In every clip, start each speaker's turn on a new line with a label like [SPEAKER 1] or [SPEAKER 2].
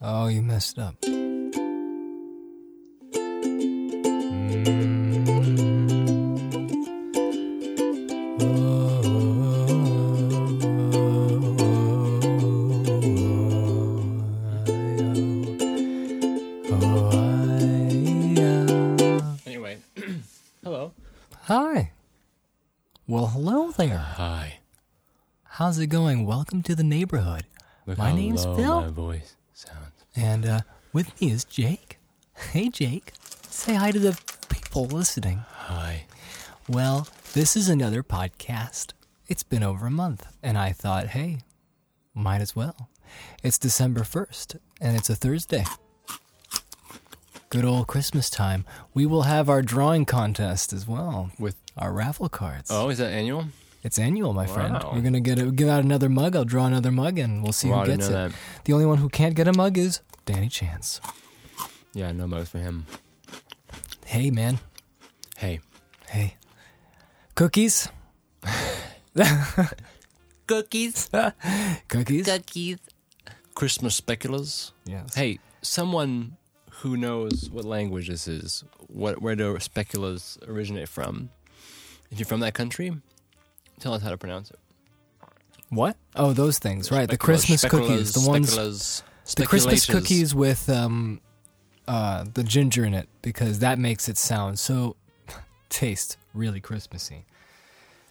[SPEAKER 1] Oh, you messed up.
[SPEAKER 2] Anyway, hello.
[SPEAKER 1] Hi. Well, hello there.
[SPEAKER 2] Hi.
[SPEAKER 1] How's it going? Welcome to the neighborhood.
[SPEAKER 2] Look
[SPEAKER 1] My
[SPEAKER 2] how
[SPEAKER 1] name's
[SPEAKER 2] low
[SPEAKER 1] Phil.
[SPEAKER 2] My voice sounds.
[SPEAKER 1] And uh, with me is Jake. Hey, Jake. Say hi to the people listening.
[SPEAKER 2] Hi.
[SPEAKER 1] Well, this is another podcast. It's been over a month, and I thought, hey, might as well. It's December 1st, and it's a Thursday. Good old Christmas time. We will have our drawing contest as well
[SPEAKER 2] With
[SPEAKER 1] our raffle cards.
[SPEAKER 2] oh, is that annual?
[SPEAKER 1] It's annual, my friend.
[SPEAKER 2] Wow.
[SPEAKER 1] We're gonna get a, give out another mug. I'll draw another mug, and we'll see
[SPEAKER 2] Wow, I
[SPEAKER 1] who
[SPEAKER 2] didn't
[SPEAKER 1] gets it.
[SPEAKER 2] know that.
[SPEAKER 1] The only one who can't get a mug is Danny Chance.
[SPEAKER 2] Yeah, no mugs for him.
[SPEAKER 1] Hey, man.
[SPEAKER 2] Hey,
[SPEAKER 1] Hey, cookies.
[SPEAKER 2] cookies.
[SPEAKER 1] Cookies.
[SPEAKER 2] Cookies. Christmas speculas.
[SPEAKER 1] Yes.
[SPEAKER 2] Hey, someone who knows what language this is, what where do speculas originate from? If you're from that country, tell us how to pronounce it.
[SPEAKER 1] What? Oh, those things. Right. The
[SPEAKER 2] Speculas,
[SPEAKER 1] Christmas
[SPEAKER 2] speculas,
[SPEAKER 1] cookies. The ones.
[SPEAKER 2] Speculas,
[SPEAKER 1] The Christmas
[SPEAKER 2] speculators.
[SPEAKER 1] cookies with um, uh, the ginger in it because that makes it sound so taste really Christmassy.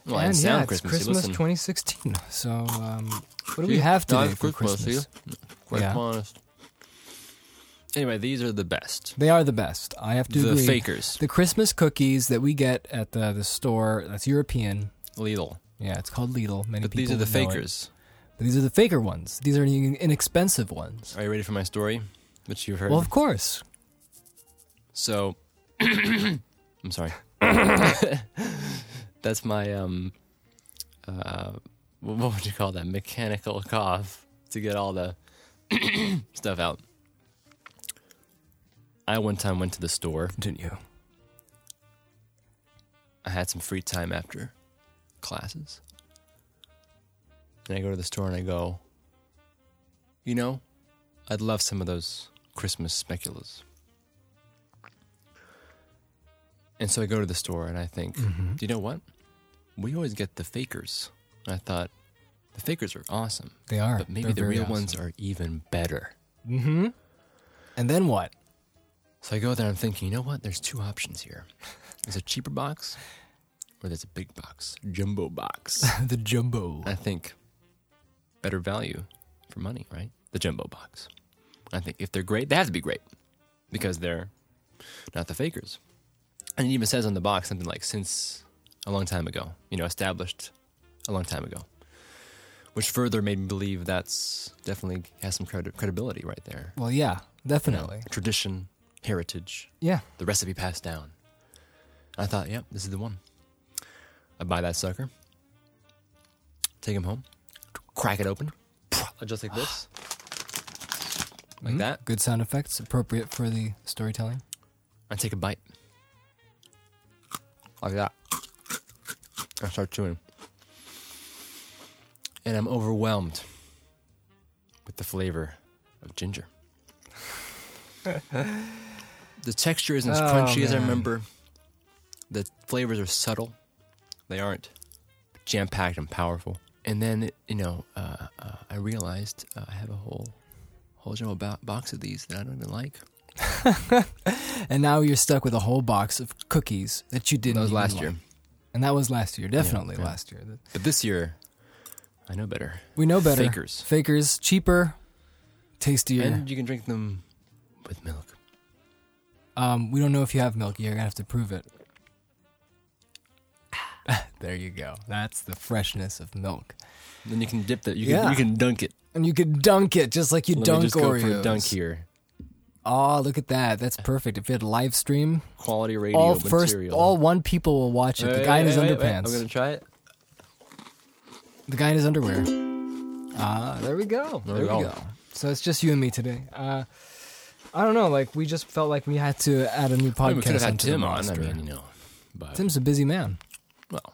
[SPEAKER 2] Well,
[SPEAKER 1] and
[SPEAKER 2] and
[SPEAKER 1] yeah,
[SPEAKER 2] sound
[SPEAKER 1] it's
[SPEAKER 2] Christmassy,
[SPEAKER 1] Christmas
[SPEAKER 2] listen.
[SPEAKER 1] 2016. So, um, what do
[SPEAKER 2] See?
[SPEAKER 1] we have
[SPEAKER 2] Now
[SPEAKER 1] today
[SPEAKER 2] it's
[SPEAKER 1] for
[SPEAKER 2] Christmas,
[SPEAKER 1] Christmas?
[SPEAKER 2] see? Quite
[SPEAKER 1] Yeah.
[SPEAKER 2] honest. Anyway, these are the best.
[SPEAKER 1] They are the best. I have to
[SPEAKER 2] the
[SPEAKER 1] agree.
[SPEAKER 2] fakers.
[SPEAKER 1] The Christmas cookies that we get at the, the store that's European.
[SPEAKER 2] Lidl.
[SPEAKER 1] Yeah, it's called Lidl. Many
[SPEAKER 2] But
[SPEAKER 1] people
[SPEAKER 2] these are the
[SPEAKER 1] know it.
[SPEAKER 2] fakers.
[SPEAKER 1] But these are the faker ones. These are the inexpensive ones.
[SPEAKER 2] Are you ready for my story? Which you've heard.
[SPEAKER 1] Well, of course.
[SPEAKER 2] so I'm sorry. That's my um uh wh- what would you call that? Mechanical cough to get all the stuff out. I one time went to the store
[SPEAKER 1] Continue.
[SPEAKER 2] I had some free time after classes. And I go to the store and I go, you know, I'd love some of those Christmas speculas. And so I go to the store and I think,
[SPEAKER 1] Mhm.
[SPEAKER 2] do you know what? We always get the fakers. And I thought, the fakers are awesome,
[SPEAKER 1] They are.
[SPEAKER 2] but maybe
[SPEAKER 1] They're
[SPEAKER 2] the
[SPEAKER 1] very
[SPEAKER 2] real
[SPEAKER 1] awesome.
[SPEAKER 2] ones are even better.
[SPEAKER 1] Mm-hmm. And then what?
[SPEAKER 2] So I go there, I'm thinking, you know what? There's two options here there's a cheaper box or there's a big box, jumbo box.
[SPEAKER 1] the jumbo.
[SPEAKER 2] I think better value for money, right? The jumbo box. I think if they're great, they have to be great because they're not the fakers. And it even says on the box something like since a long time ago, you know, established a long time ago, which further made me believe that's definitely has some credi- credibility right there.
[SPEAKER 1] Well, yeah,
[SPEAKER 2] You know,
[SPEAKER 1] definitely.
[SPEAKER 2] tradition, heritage,
[SPEAKER 1] Yeah.
[SPEAKER 2] the recipe passed down. I thought, yep, this is the one. I buy that sucker, take him home, crack it open, just like this, like
[SPEAKER 1] Mhm.
[SPEAKER 2] that.
[SPEAKER 1] Good sound effects, appropriate for the storytelling.
[SPEAKER 2] I take a bite, like that. I start chewing, and I'm overwhelmed with the flavor of ginger. the texture isn't as
[SPEAKER 1] Oh,
[SPEAKER 2] crunchy as I
[SPEAKER 1] man.
[SPEAKER 2] remember. The flavors are subtle. They aren't jam packed and powerful. And then you know, uh, uh, I realized uh, I have a whole whole jumbo bo- box of these that I don't even like.
[SPEAKER 1] And now you're stuck with a whole box of cookies that you didn't.
[SPEAKER 2] that was
[SPEAKER 1] even
[SPEAKER 2] last
[SPEAKER 1] like.
[SPEAKER 2] year,
[SPEAKER 1] and that was last year. Definitely
[SPEAKER 2] yeah.
[SPEAKER 1] last year. That-
[SPEAKER 2] but this year, I know better.
[SPEAKER 1] We know better.
[SPEAKER 2] Fakers.
[SPEAKER 1] Fakers, cheaper, tastier.
[SPEAKER 2] And you can drink them with milk.
[SPEAKER 1] um, we don't know if you have milk. You're gonna have to prove it. there you go. That's the freshness of milk.
[SPEAKER 2] Then you can dip that. You
[SPEAKER 1] Yeah.
[SPEAKER 2] can you can dunk it.
[SPEAKER 1] And you could dunk it just like you
[SPEAKER 2] Let
[SPEAKER 1] dunk
[SPEAKER 2] me just go
[SPEAKER 1] Oreos.
[SPEAKER 2] for a dunk here.
[SPEAKER 1] Oh, look at that. That's perfect. If you had a live stream,
[SPEAKER 2] Quality radio
[SPEAKER 1] all first,
[SPEAKER 2] material.
[SPEAKER 1] all one people will watch it.
[SPEAKER 2] Wait,
[SPEAKER 1] the
[SPEAKER 2] wait,
[SPEAKER 1] guy in
[SPEAKER 2] wait,
[SPEAKER 1] his
[SPEAKER 2] wait, wait.
[SPEAKER 1] underpants.
[SPEAKER 2] I'm gonna try it.
[SPEAKER 1] The guy in his underwear. Ah, there we go. There,
[SPEAKER 2] There we
[SPEAKER 1] we
[SPEAKER 2] go.
[SPEAKER 1] go. So it's just you and me today. Uh, I don't know. Like we just felt like we had to add a new
[SPEAKER 2] I mean, we could have
[SPEAKER 1] podcast
[SPEAKER 2] had
[SPEAKER 1] onto the
[SPEAKER 2] Tim on. I
[SPEAKER 1] roster.
[SPEAKER 2] mean, you know, But
[SPEAKER 1] Tim's a busy man.
[SPEAKER 2] well,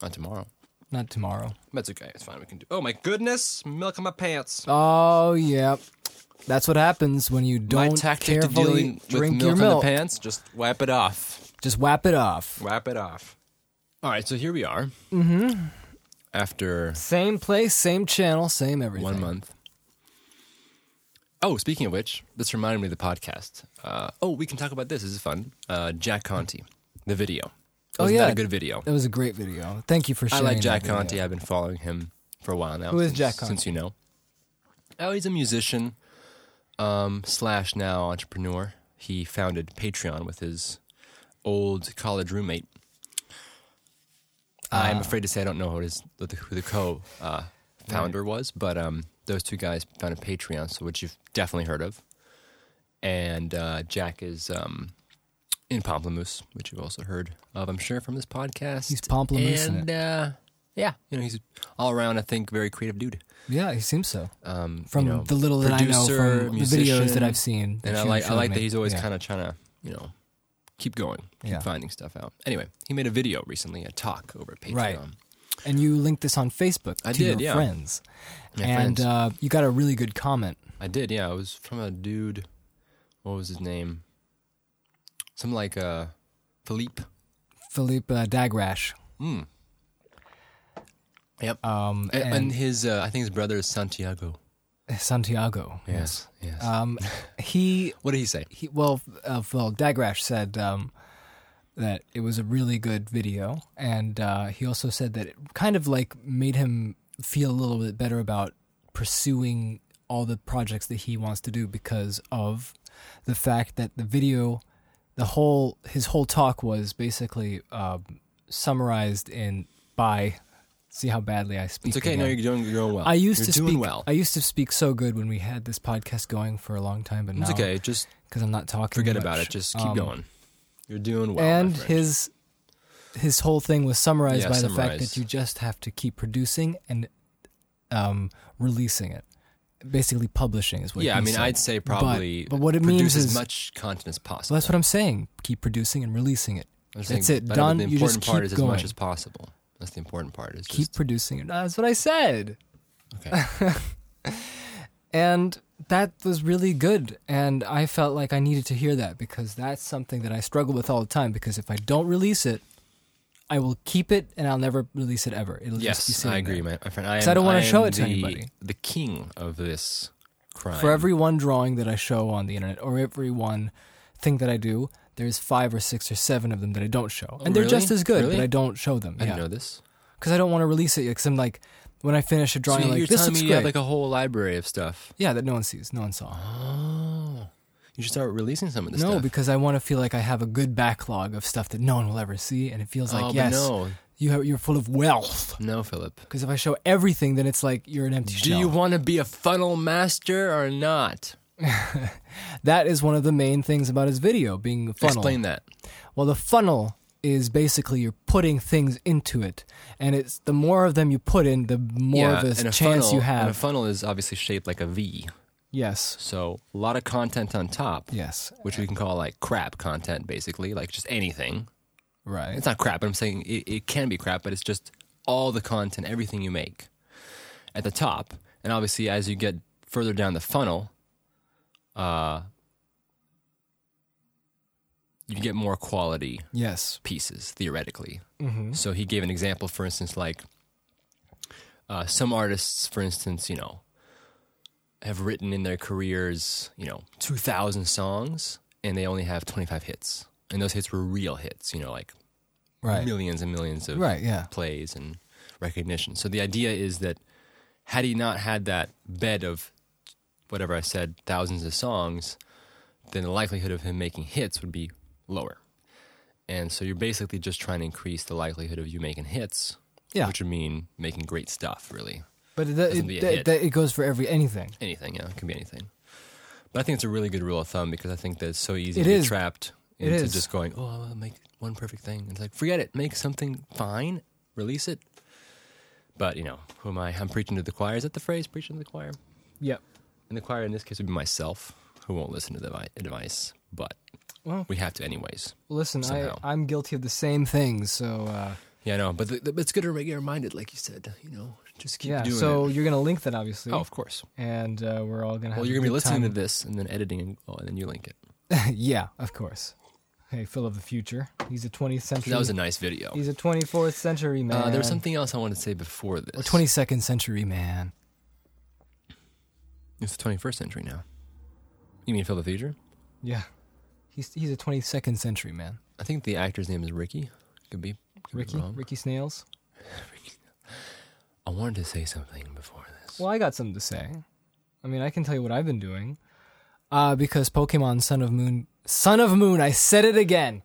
[SPEAKER 2] not tomorrow.
[SPEAKER 1] Not tomorrow.
[SPEAKER 2] That's okay. It's fine. We can do. Oh my goodness! Milk in my pants.
[SPEAKER 1] Oh yeah, that's what happens when you
[SPEAKER 2] my
[SPEAKER 1] don't
[SPEAKER 2] tactic to
[SPEAKER 1] carefully
[SPEAKER 2] dealing with
[SPEAKER 1] drink
[SPEAKER 2] milk
[SPEAKER 1] your
[SPEAKER 2] in
[SPEAKER 1] milk.
[SPEAKER 2] the pants: just wipe it off.
[SPEAKER 1] Just whap it off.
[SPEAKER 2] Wipe it off. All right. So here we are. Mm-hmm. After
[SPEAKER 1] Same place, same channel, same everything.
[SPEAKER 2] one month. Oh, speaking of which, this reminded me of the podcast. Uh, oh, we can talk about this. This is fun. Uh, Jack Conti, the video.
[SPEAKER 1] Oh,
[SPEAKER 2] Wasn't
[SPEAKER 1] yeah.
[SPEAKER 2] that a good video?
[SPEAKER 1] That was a great video. Thank you for
[SPEAKER 2] I
[SPEAKER 1] sharing.
[SPEAKER 2] like Jack
[SPEAKER 1] that video.
[SPEAKER 2] Conti. I've been following him for a while now.
[SPEAKER 1] Who is
[SPEAKER 2] since,
[SPEAKER 1] Jack Conti?
[SPEAKER 2] Since you know. Oh, he's a musician um, slash now entrepreneur. He founded Patreon with his old college roommate.
[SPEAKER 1] Uh,
[SPEAKER 2] I'm afraid to say I don't know who, his, who the, who the co uh, founder was, but um, those two guys founded Patreon, so which you've definitely heard of. And uh, Jack is um, in Pomplamoose, which you've also heard of, I'm sure, from this podcast.
[SPEAKER 1] He's Pomplamoose in
[SPEAKER 2] And uh, yeah, you know, he's all around, I think, very creative dude.
[SPEAKER 1] Yeah, he seems so.
[SPEAKER 2] Um,
[SPEAKER 1] From
[SPEAKER 2] you know,
[SPEAKER 1] the little that I know
[SPEAKER 2] producer,
[SPEAKER 1] from the videos
[SPEAKER 2] musician,
[SPEAKER 1] that I've seen, that
[SPEAKER 2] and I
[SPEAKER 1] you
[SPEAKER 2] like I
[SPEAKER 1] showed
[SPEAKER 2] like
[SPEAKER 1] me.
[SPEAKER 2] that he's always
[SPEAKER 1] Yeah.
[SPEAKER 2] kind of trying to you know keep going, keep
[SPEAKER 1] Yeah.
[SPEAKER 2] finding stuff out. Anyway, he made a video recently, a talk over at Patreon.
[SPEAKER 1] Right. And you linked this on Facebook
[SPEAKER 2] I
[SPEAKER 1] to
[SPEAKER 2] did,
[SPEAKER 1] your
[SPEAKER 2] yeah.
[SPEAKER 1] friends,
[SPEAKER 2] My
[SPEAKER 1] and
[SPEAKER 2] friends.
[SPEAKER 1] Uh, you got a really good comment.
[SPEAKER 2] I did, yeah. It was from a dude. What was his name? Something like uh, Philippe.
[SPEAKER 1] Philippe uh, Dagrash.
[SPEAKER 2] Mm. Yep.
[SPEAKER 1] Um,
[SPEAKER 2] and, and
[SPEAKER 1] and,
[SPEAKER 2] his, uh, I think his brother is Santiago.
[SPEAKER 1] Santiago.
[SPEAKER 2] Yes.
[SPEAKER 1] Um, he,
[SPEAKER 2] what did he say?
[SPEAKER 1] he well, uh, well, Dagrash said um, that it was a really good video, and uh, he also said that it kind of like made him feel a little bit better about pursuing all the projects that he wants to do because of the fact that the video, the whole his whole talk was basically um summarized in by. See how badly I speak.
[SPEAKER 2] It's okay.
[SPEAKER 1] again.
[SPEAKER 2] No, you're doing, you're doing well.
[SPEAKER 1] I used
[SPEAKER 2] you're
[SPEAKER 1] to
[SPEAKER 2] doing
[SPEAKER 1] speak
[SPEAKER 2] well.
[SPEAKER 1] I used to speak so good when we had this podcast going for a long time, but
[SPEAKER 2] it's
[SPEAKER 1] now
[SPEAKER 2] okay. Just
[SPEAKER 1] because I'm not talking.
[SPEAKER 2] forget
[SPEAKER 1] much.
[SPEAKER 2] about it. Just keep
[SPEAKER 1] Um,
[SPEAKER 2] going. You're doing well. my
[SPEAKER 1] And
[SPEAKER 2] friend.
[SPEAKER 1] his his whole thing was summarized
[SPEAKER 2] Yeah,
[SPEAKER 1] by the fact
[SPEAKER 2] summarized.
[SPEAKER 1] that you just have to keep producing and um, releasing it, basically publishing is what.
[SPEAKER 2] yeah,
[SPEAKER 1] he
[SPEAKER 2] I mean,
[SPEAKER 1] said.
[SPEAKER 2] I'd say probably
[SPEAKER 1] but what it
[SPEAKER 2] produce
[SPEAKER 1] means
[SPEAKER 2] as
[SPEAKER 1] is-
[SPEAKER 2] much content as possible.
[SPEAKER 1] Well, that's what I'm saying. Keep producing and releasing it.
[SPEAKER 2] I'm
[SPEAKER 1] that's
[SPEAKER 2] saying,
[SPEAKER 1] it,
[SPEAKER 2] but
[SPEAKER 1] done,
[SPEAKER 2] The
[SPEAKER 1] you
[SPEAKER 2] important
[SPEAKER 1] just
[SPEAKER 2] part
[SPEAKER 1] keep
[SPEAKER 2] is as
[SPEAKER 1] going.
[SPEAKER 2] much as possible. That's the important part. Is
[SPEAKER 1] Keep producing it. That's what I said.
[SPEAKER 2] just, okay.
[SPEAKER 1] And that was really good. And I felt like I needed to hear that because that's something that I struggle with all the time. Because if I don't release it, I will keep it and I'll never release it ever. It'll just be
[SPEAKER 2] Yes,
[SPEAKER 1] sitting
[SPEAKER 2] I agree,
[SPEAKER 1] there.
[SPEAKER 2] my, my friend. I,
[SPEAKER 1] 'Cause
[SPEAKER 2] am,
[SPEAKER 1] I don't wanna
[SPEAKER 2] am
[SPEAKER 1] show it to
[SPEAKER 2] the,
[SPEAKER 1] anybody.
[SPEAKER 2] The king of this crime.
[SPEAKER 1] For every one drawing that I show on the internet or every one thing that I do, there's five or six or seven of them that I don't show. and they're
[SPEAKER 2] really?
[SPEAKER 1] just as good, but
[SPEAKER 2] Really?
[SPEAKER 1] Oh, I don't show them.
[SPEAKER 2] I didn't
[SPEAKER 1] yeah.
[SPEAKER 2] know this.
[SPEAKER 1] Because I don't want to release it because I'm like, when I finish a
[SPEAKER 2] So
[SPEAKER 1] drawing, I'm
[SPEAKER 2] you're
[SPEAKER 1] like, this
[SPEAKER 2] telling
[SPEAKER 1] looks
[SPEAKER 2] me you
[SPEAKER 1] great.
[SPEAKER 2] have like a whole library of stuff.
[SPEAKER 1] yeah, that no one sees, no one saw.
[SPEAKER 2] Oh, you should start releasing some of this
[SPEAKER 1] no,
[SPEAKER 2] stuff.
[SPEAKER 1] because I want to feel like I have a good backlog of stuff that no one will ever see, and it feels
[SPEAKER 2] oh,
[SPEAKER 1] like
[SPEAKER 2] but
[SPEAKER 1] yes,
[SPEAKER 2] no,
[SPEAKER 1] you have, you're full of wealth.
[SPEAKER 2] no, Philip.
[SPEAKER 1] Because if I show everything, then it's like you're an empty
[SPEAKER 2] Do
[SPEAKER 1] shell.
[SPEAKER 2] you want to be a funnel master or not?
[SPEAKER 1] that is one of the main things about his video being a funnel.
[SPEAKER 2] Explain that.
[SPEAKER 1] Well, the funnel is basically you're putting things into it, and it's the more of them you put in, the more
[SPEAKER 2] yeah,
[SPEAKER 1] of a
[SPEAKER 2] and a
[SPEAKER 1] chance
[SPEAKER 2] funnel,
[SPEAKER 1] you
[SPEAKER 2] And a
[SPEAKER 1] have.
[SPEAKER 2] funnel is obviously shaped like a V,
[SPEAKER 1] yes,
[SPEAKER 2] so a lot of content on top,
[SPEAKER 1] yes,
[SPEAKER 2] which we can call like crap content, basically, like just anything.
[SPEAKER 1] right.
[SPEAKER 2] It's not crap, but I'm saying it, it can be crap, but it's just all the content, everything you make at the top. And obviously, as you get further down the funnel, uh, you get more quality
[SPEAKER 1] Yes,
[SPEAKER 2] pieces, theoretically.
[SPEAKER 1] hmm
[SPEAKER 2] So he gave an example, for instance, like uh, some artists, for instance, you know, have written in their careers, you know, 2,000 songs and they only have 25 hits. And those hits were real hits, you know, like
[SPEAKER 1] right,
[SPEAKER 2] millions and millions of
[SPEAKER 1] right, yeah,
[SPEAKER 2] plays and recognition. So the idea is that had he not had that bed of whatever I said, thousands of songs, then the likelihood of him making hits would be lower. And so you're basically just trying to increase the likelihood of you making hits,
[SPEAKER 1] Yeah.
[SPEAKER 2] which would mean making great stuff, really.
[SPEAKER 1] but it,
[SPEAKER 2] Doesn't
[SPEAKER 1] it,
[SPEAKER 2] be a
[SPEAKER 1] it,
[SPEAKER 2] hit.
[SPEAKER 1] it goes for every anything.
[SPEAKER 2] Anything, yeah, it can be anything. But I think it's a really good rule of thumb because I think that it's so easy
[SPEAKER 1] It
[SPEAKER 2] to
[SPEAKER 1] is.
[SPEAKER 2] be trapped
[SPEAKER 1] It
[SPEAKER 2] into
[SPEAKER 1] is.
[SPEAKER 2] just going, oh, I'll make one perfect thing. It's like, forget it, make something fine, release it. But, you know, who am I? I'm preaching to the choir. Is that the phrase, preaching to the choir?
[SPEAKER 1] Yep.
[SPEAKER 2] And the choir in this case would be myself, who won't listen to the vi- advice, but
[SPEAKER 1] Well-
[SPEAKER 2] we have to anyways.
[SPEAKER 1] Listen, I,
[SPEAKER 2] Somehow.
[SPEAKER 1] I'm guilty of the same things. So uh,
[SPEAKER 2] Yeah, I know, but the, the, it's good to get reminded, like you said. You know, just keep
[SPEAKER 1] yeah,
[SPEAKER 2] doing
[SPEAKER 1] so
[SPEAKER 2] it.
[SPEAKER 1] you're gonna link that obviously,
[SPEAKER 2] Oh, of course.
[SPEAKER 1] and uh, we're all gonna.
[SPEAKER 2] Well,
[SPEAKER 1] have
[SPEAKER 2] you're
[SPEAKER 1] a
[SPEAKER 2] gonna be
[SPEAKER 1] good
[SPEAKER 2] listening
[SPEAKER 1] time.
[SPEAKER 2] to this and then editing, and, oh, and then you link it.
[SPEAKER 1] yeah, of course. Hey, Phil of the future. He's a 20th century.
[SPEAKER 2] That was a nice video.
[SPEAKER 1] he's a 24th century man.
[SPEAKER 2] Uh, there was something else I wanted to say before this.
[SPEAKER 1] Or 22nd century man.
[SPEAKER 2] It's the 21st century now. You mean Phil the Future?
[SPEAKER 1] Yeah, he's he's a 22nd century man.
[SPEAKER 2] I think the actor's name is Ricky. Could be could be
[SPEAKER 1] Ricky,
[SPEAKER 2] wrong.
[SPEAKER 1] Ricky Snails.
[SPEAKER 2] I wanted to say something before this.
[SPEAKER 1] Well, I got something to say. I mean, I can tell you what I've been doing. Uh, because Pokemon Sun of Moon, Sun of Moon, I said it again.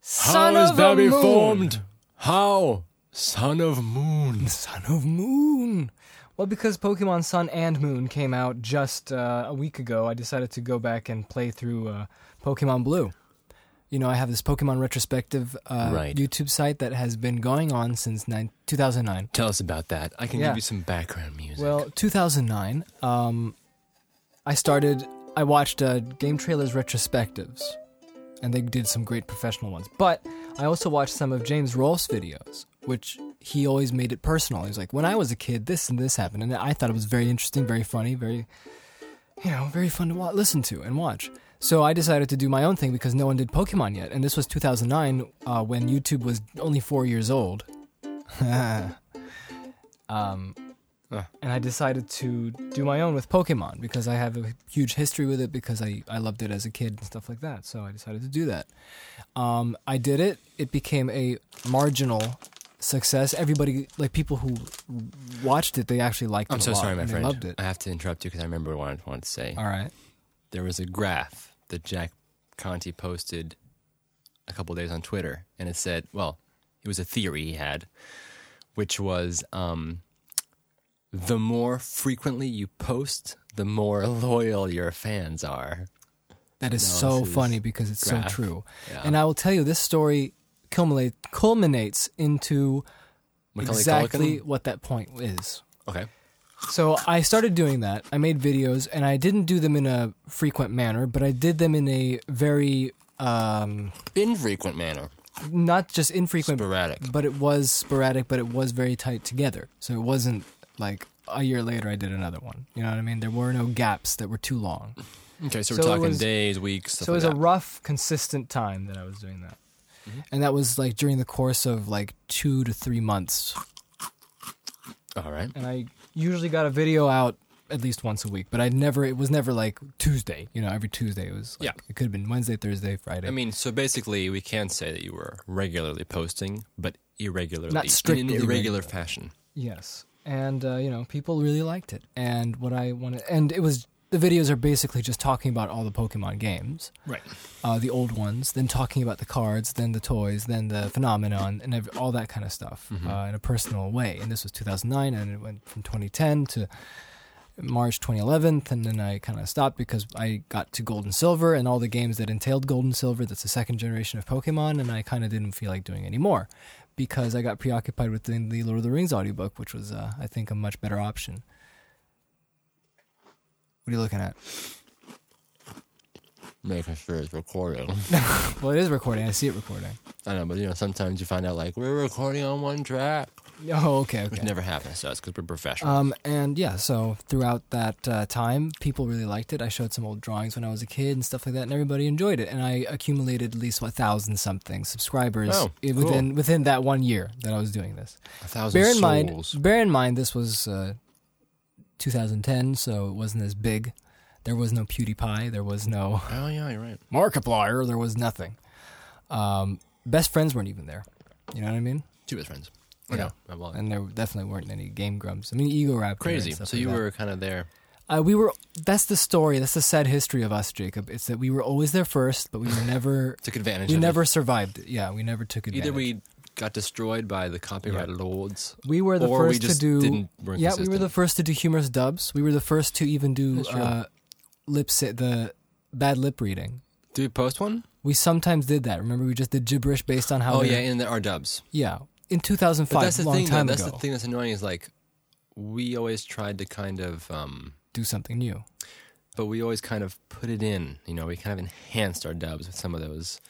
[SPEAKER 1] Son of a moon.
[SPEAKER 2] How? Son of moon.
[SPEAKER 1] Sun of Moon. Well, because Pokemon Sun and Moon came out just uh, a week ago, I decided to go back and play through uh, Pokemon Blue. You know, I have this Pokemon retrospective uh,
[SPEAKER 2] Right.
[SPEAKER 1] YouTube site that has been going on since nine- 2009.
[SPEAKER 2] Tell us about that. I can
[SPEAKER 1] Yeah.
[SPEAKER 2] give you some background music.
[SPEAKER 1] Well, 2009, um, I started, I watched uh, Game Trailers retrospectives, and they did some great professional ones. But I also watched some of James Rolfe's videos, which he always made it personal. He was like, when I was a kid, this and this happened. And I thought it was very interesting, very funny, very, you know, very fun to wa- listen to and watch. So I decided to do my own thing because no one did Pokemon yet. And this was 2009 uh, when YouTube was only four years old. um, and I decided to do my own with Pokemon because I have a huge history with it because I, I loved it as a kid and stuff like that. So I decided to do that. Um, I did it. It became a marginal success. Everybody, like people who watched it, they actually liked it.
[SPEAKER 2] I'm so
[SPEAKER 1] a lot
[SPEAKER 2] sorry, my
[SPEAKER 1] and
[SPEAKER 2] friend.
[SPEAKER 1] They loved it.
[SPEAKER 2] I have to interrupt you because I remember what I wanted to say.
[SPEAKER 1] All right.
[SPEAKER 2] There was a graph that Jack Conti posted a couple days on Twitter, and it said, well, it was a theory he had, which was um, the more frequently you post, the more loyal your fans are.
[SPEAKER 1] That is so
[SPEAKER 2] Analysis
[SPEAKER 1] funny because it's
[SPEAKER 2] graph.
[SPEAKER 1] so true.
[SPEAKER 2] Yeah.
[SPEAKER 1] And I will tell you, this story culminate, culminates into
[SPEAKER 2] Macaulay
[SPEAKER 1] exactly
[SPEAKER 2] Culkin?
[SPEAKER 1] what that point is.
[SPEAKER 2] Okay.
[SPEAKER 1] So I started doing that. I made videos, and I didn't do them in a frequent manner, but I did them in a very um,
[SPEAKER 2] Infrequent manner.
[SPEAKER 1] not just infrequent,
[SPEAKER 2] Sporadic.
[SPEAKER 1] but it was sporadic, but it was very tight together. So it wasn't like a year later I did another one. You know what I mean? There were no gaps that were too long.
[SPEAKER 2] Okay, so,
[SPEAKER 1] So it
[SPEAKER 2] we're talking
[SPEAKER 1] was-
[SPEAKER 2] days, weeks, Mm-hmm. stuff
[SPEAKER 1] so it
[SPEAKER 2] like
[SPEAKER 1] was
[SPEAKER 2] that. Mm-hmm.
[SPEAKER 1] a rough, consistent time that I was doing that, and that was like during the course of like two to three months.
[SPEAKER 2] All right.
[SPEAKER 1] and I usually got a video out at least once a week, but I never it was never like Tuesday, you know, every Tuesday it was like
[SPEAKER 2] Yeah.
[SPEAKER 1] it could have been Wednesday, Thursday, Friday.
[SPEAKER 2] I mean, so basically, we can say that you were regularly posting, but irregularly,
[SPEAKER 1] Not
[SPEAKER 2] in
[SPEAKER 1] strictly
[SPEAKER 2] an irregular
[SPEAKER 1] regular.
[SPEAKER 2] fashion.
[SPEAKER 1] yes. And uh, you know, people really liked it. And what I wanted and it was the videos are basically just talking about all the Pokemon games,
[SPEAKER 2] Right.
[SPEAKER 1] uh, the old ones, then talking about the cards, then the toys, then the phenomenon, and ev- all that kind of stuff uh, in a personal way. And this was 2009, and it went from 2010 to March 2011, and then I kind of stopped because I got to Gold and Silver and all the games that entailed Gold and Silver. That's the second generation of Pokemon, and I kind of didn't feel like doing any more because I got preoccupied with the, the Lord of the Rings audiobook, which was, uh, I think, a much better option. What are you looking at?
[SPEAKER 2] Making sure it's recording.
[SPEAKER 1] Well, it is recording. I see it recording.
[SPEAKER 2] I know, but you know, sometimes you find out like we're recording on one track,
[SPEAKER 1] Oh, okay, okay.
[SPEAKER 2] which never happens to us because we're professional.
[SPEAKER 1] Um, and yeah, so throughout that uh, time, people really liked it. I showed some old drawings when I was a kid and stuff like that, and everybody enjoyed it. And I accumulated at least a thousand something subscribers
[SPEAKER 2] Oh,
[SPEAKER 1] i-
[SPEAKER 2] cool.
[SPEAKER 1] within within that one year that I was doing this.
[SPEAKER 2] A thousand
[SPEAKER 1] Bear in
[SPEAKER 2] souls.
[SPEAKER 1] mind, bear in mind, this was uh, 2010, so it wasn't as big. There was no PewDiePie. There was no
[SPEAKER 2] Oh yeah, you're right.
[SPEAKER 1] Markiplier. There was nothing. Um, best friends weren't even there. You know what I mean?
[SPEAKER 2] Two best friends.
[SPEAKER 1] Yeah.
[SPEAKER 2] Yeah. No, well,
[SPEAKER 1] And there definitely weren't any game grumps. I mean, ego rap.
[SPEAKER 2] crazy. So you were kind of there.
[SPEAKER 1] Uh, we were. That's the story. That's the sad history of us, Jacob. It's that we were always there first, but we were never.
[SPEAKER 2] Took advantage.
[SPEAKER 1] we
[SPEAKER 2] of it.
[SPEAKER 1] never survived. it. Yeah, we never took advantage.
[SPEAKER 2] Either we got destroyed by the copyright laws.
[SPEAKER 1] We were the
[SPEAKER 2] or we
[SPEAKER 1] first to
[SPEAKER 2] just
[SPEAKER 1] do.
[SPEAKER 2] didn't- weren't
[SPEAKER 1] yeah, we were the
[SPEAKER 2] consistent.
[SPEAKER 1] first to do humorous dubs. We were the first to even do
[SPEAKER 2] That's true.
[SPEAKER 1] uh, lip si- the bad lip reading.
[SPEAKER 2] Do we post one?
[SPEAKER 1] We sometimes did that. Remember, we just did gibberish based on how.
[SPEAKER 2] Oh
[SPEAKER 1] they're-
[SPEAKER 2] yeah, in the, our dubs.
[SPEAKER 1] yeah. In
[SPEAKER 2] But
[SPEAKER 1] 2005,
[SPEAKER 2] that's the
[SPEAKER 1] long
[SPEAKER 2] thing. though,
[SPEAKER 1] time
[SPEAKER 2] that's
[SPEAKER 1] ago,
[SPEAKER 2] the thing that's annoying is like we always tried to kind of um,
[SPEAKER 1] do something new.
[SPEAKER 2] but we always kind of put it in. You know, we kind of enhanced our dubs with some of those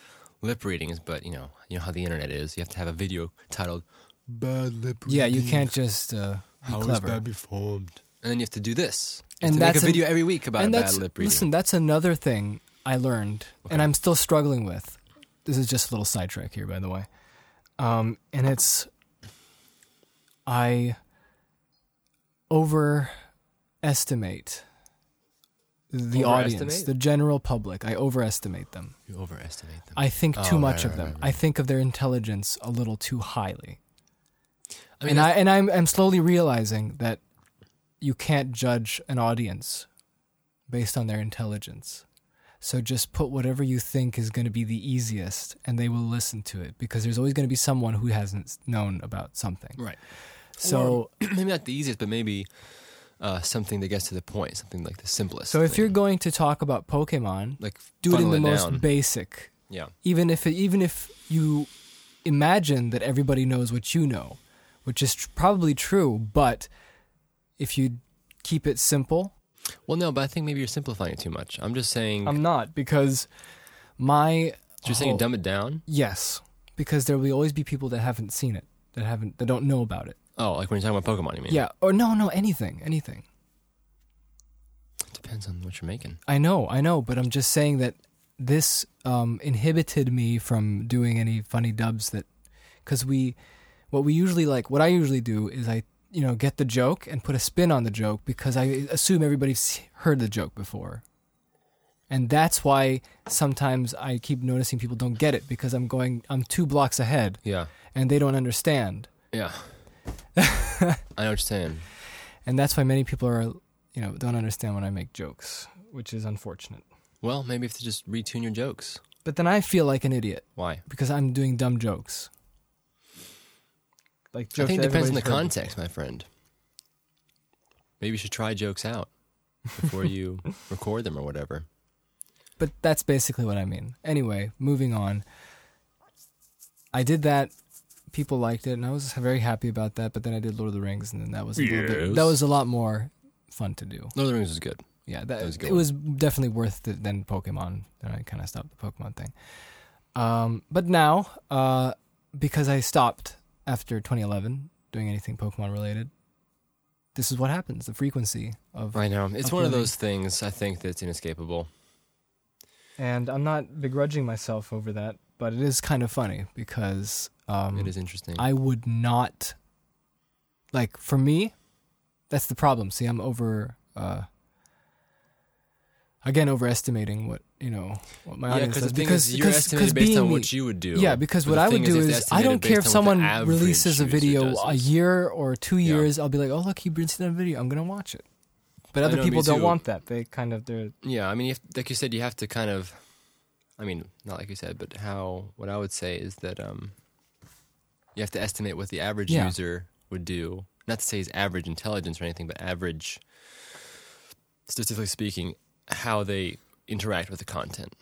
[SPEAKER 2] lip readings. But you know, you know how the internet is. You have to have a video titled "Bad Lip."
[SPEAKER 1] Yeah, you
[SPEAKER 2] Reading,
[SPEAKER 1] can't just uh, be
[SPEAKER 2] How is
[SPEAKER 1] clever.
[SPEAKER 2] bad performed? And then you have to do this. You
[SPEAKER 1] And
[SPEAKER 2] and that's
[SPEAKER 1] that's
[SPEAKER 2] make a
[SPEAKER 1] an-
[SPEAKER 2] video every week about
[SPEAKER 1] and
[SPEAKER 2] a
[SPEAKER 1] that's
[SPEAKER 2] bad lip reading.
[SPEAKER 1] listen. That's another thing I learned, and I'm still struggling with. This is just a little sidetrack here, by the way. Um, and it's I overestimate the audience,
[SPEAKER 2] Overestimate?
[SPEAKER 1] the general public. I overestimate them.
[SPEAKER 2] you overestimate them.
[SPEAKER 1] I think too
[SPEAKER 2] Oh,
[SPEAKER 1] much
[SPEAKER 2] right,
[SPEAKER 1] of
[SPEAKER 2] right,
[SPEAKER 1] them.
[SPEAKER 2] right,
[SPEAKER 1] I think of their intelligence a little too highly.
[SPEAKER 2] I mean,
[SPEAKER 1] and I and I'm I'm slowly realizing that you can't judge an audience based on their intelligence. So just put whatever you think is going to be the easiest, and they will listen to it because there's always going to be someone who hasn't s- known about something.
[SPEAKER 2] right.
[SPEAKER 1] So
[SPEAKER 2] maybe not the easiest, but maybe uh, something that gets to the point, something like the simplest.
[SPEAKER 1] so if
[SPEAKER 2] thing.
[SPEAKER 1] you're going to talk about Pokemon,
[SPEAKER 2] like
[SPEAKER 1] do it in
[SPEAKER 2] funnel
[SPEAKER 1] the most
[SPEAKER 2] down.
[SPEAKER 1] basic.
[SPEAKER 2] yeah,
[SPEAKER 1] Even if it, even if you imagine that everybody knows what you know, which is tr- probably true, but if you keep it simple
[SPEAKER 2] well, no, but I think maybe you're simplifying it too much. I'm just saying,
[SPEAKER 1] I'm not because my
[SPEAKER 2] you're saying
[SPEAKER 1] whole-
[SPEAKER 2] dumb it down.
[SPEAKER 1] Yes, because there will always be people that haven't seen it, that haven't, that don't know about it.
[SPEAKER 2] Oh, like when you're talking about Pokemon, you mean?
[SPEAKER 1] Yeah, or no, no, anything, anything.
[SPEAKER 2] depends on what you're making.
[SPEAKER 1] I know, I know, but I'm just saying that this um, inhibited me from doing any funny dubs that, because we, what we usually like, what I usually do is I, you know, get the joke and put a spin on the joke because I assume everybody's heard the joke before. And that's why sometimes I keep noticing people don't get it because I'm going, I'm two blocks ahead
[SPEAKER 2] Yeah,
[SPEAKER 1] and they don't understand.
[SPEAKER 2] yeah. I know what you're saying.
[SPEAKER 1] And that's why many people are, you know, don't understand when I make jokes, which is unfortunate.
[SPEAKER 2] Well, maybe you have to just retune your jokes.
[SPEAKER 1] But then I feel like an idiot.
[SPEAKER 2] Why?
[SPEAKER 1] because I'm doing dumb jokes. Like jokes
[SPEAKER 2] I think it
[SPEAKER 1] that
[SPEAKER 2] depends on the
[SPEAKER 1] everybody's heard.
[SPEAKER 2] context, my friend. Maybe you should try jokes out before you record them or whatever.
[SPEAKER 1] But that's basically what I mean. Anyway, moving on. I did that. People liked it, and I was very happy about that. But then I did Lord of the Rings, and then that was a little bit,
[SPEAKER 2] Yes.
[SPEAKER 1] that was a lot more fun to do.
[SPEAKER 2] Lord of the Rings was good.
[SPEAKER 1] Yeah, that,
[SPEAKER 2] was a good
[SPEAKER 1] it was definitely worth it than Pokemon. Then I kind of stopped the Pokemon thing. Um, but now, uh, because I stopped after 2011 doing anything Pokemon related, this is what happens: the frequency of
[SPEAKER 2] Right now, it's one of
[SPEAKER 1] Uploading.
[SPEAKER 2] those things I think that's inescapable.
[SPEAKER 1] and I'm not begrudging myself over that, but it is kind of funny because um,
[SPEAKER 2] It is interesting.
[SPEAKER 1] I would not like for me. That's the problem. See, I'm over uh, again overestimating what you know what my
[SPEAKER 2] yeah,
[SPEAKER 1] audience
[SPEAKER 2] because the
[SPEAKER 1] does
[SPEAKER 2] thing is, you're estimating based
[SPEAKER 1] being
[SPEAKER 2] on
[SPEAKER 1] me-
[SPEAKER 2] what you would do.
[SPEAKER 1] yeah, because
[SPEAKER 2] But
[SPEAKER 1] what
[SPEAKER 2] the
[SPEAKER 1] I
[SPEAKER 2] thing
[SPEAKER 1] would do
[SPEAKER 2] it's
[SPEAKER 1] is, I
[SPEAKER 2] estimated
[SPEAKER 1] don't care if
[SPEAKER 2] based on what
[SPEAKER 1] someone
[SPEAKER 2] the average
[SPEAKER 1] releases a
[SPEAKER 2] user
[SPEAKER 1] video
[SPEAKER 2] does
[SPEAKER 1] a
[SPEAKER 2] is.
[SPEAKER 1] year or two
[SPEAKER 2] Yeah.
[SPEAKER 1] years. I'll be like, oh look, he released that video. I'm gonna watch it. But
[SPEAKER 2] I
[SPEAKER 1] other
[SPEAKER 2] know, me
[SPEAKER 1] people don't
[SPEAKER 2] too.
[SPEAKER 1] want that. They kind of they're
[SPEAKER 2] Yeah, I mean, you have, like you said, you have to kind of. I mean, not like you said, but how what I would say is that um, you have to estimate what the average
[SPEAKER 1] Yeah.
[SPEAKER 2] user would do. Not to say his average intelligence or anything, but average, statistically speaking, how they interact with the content.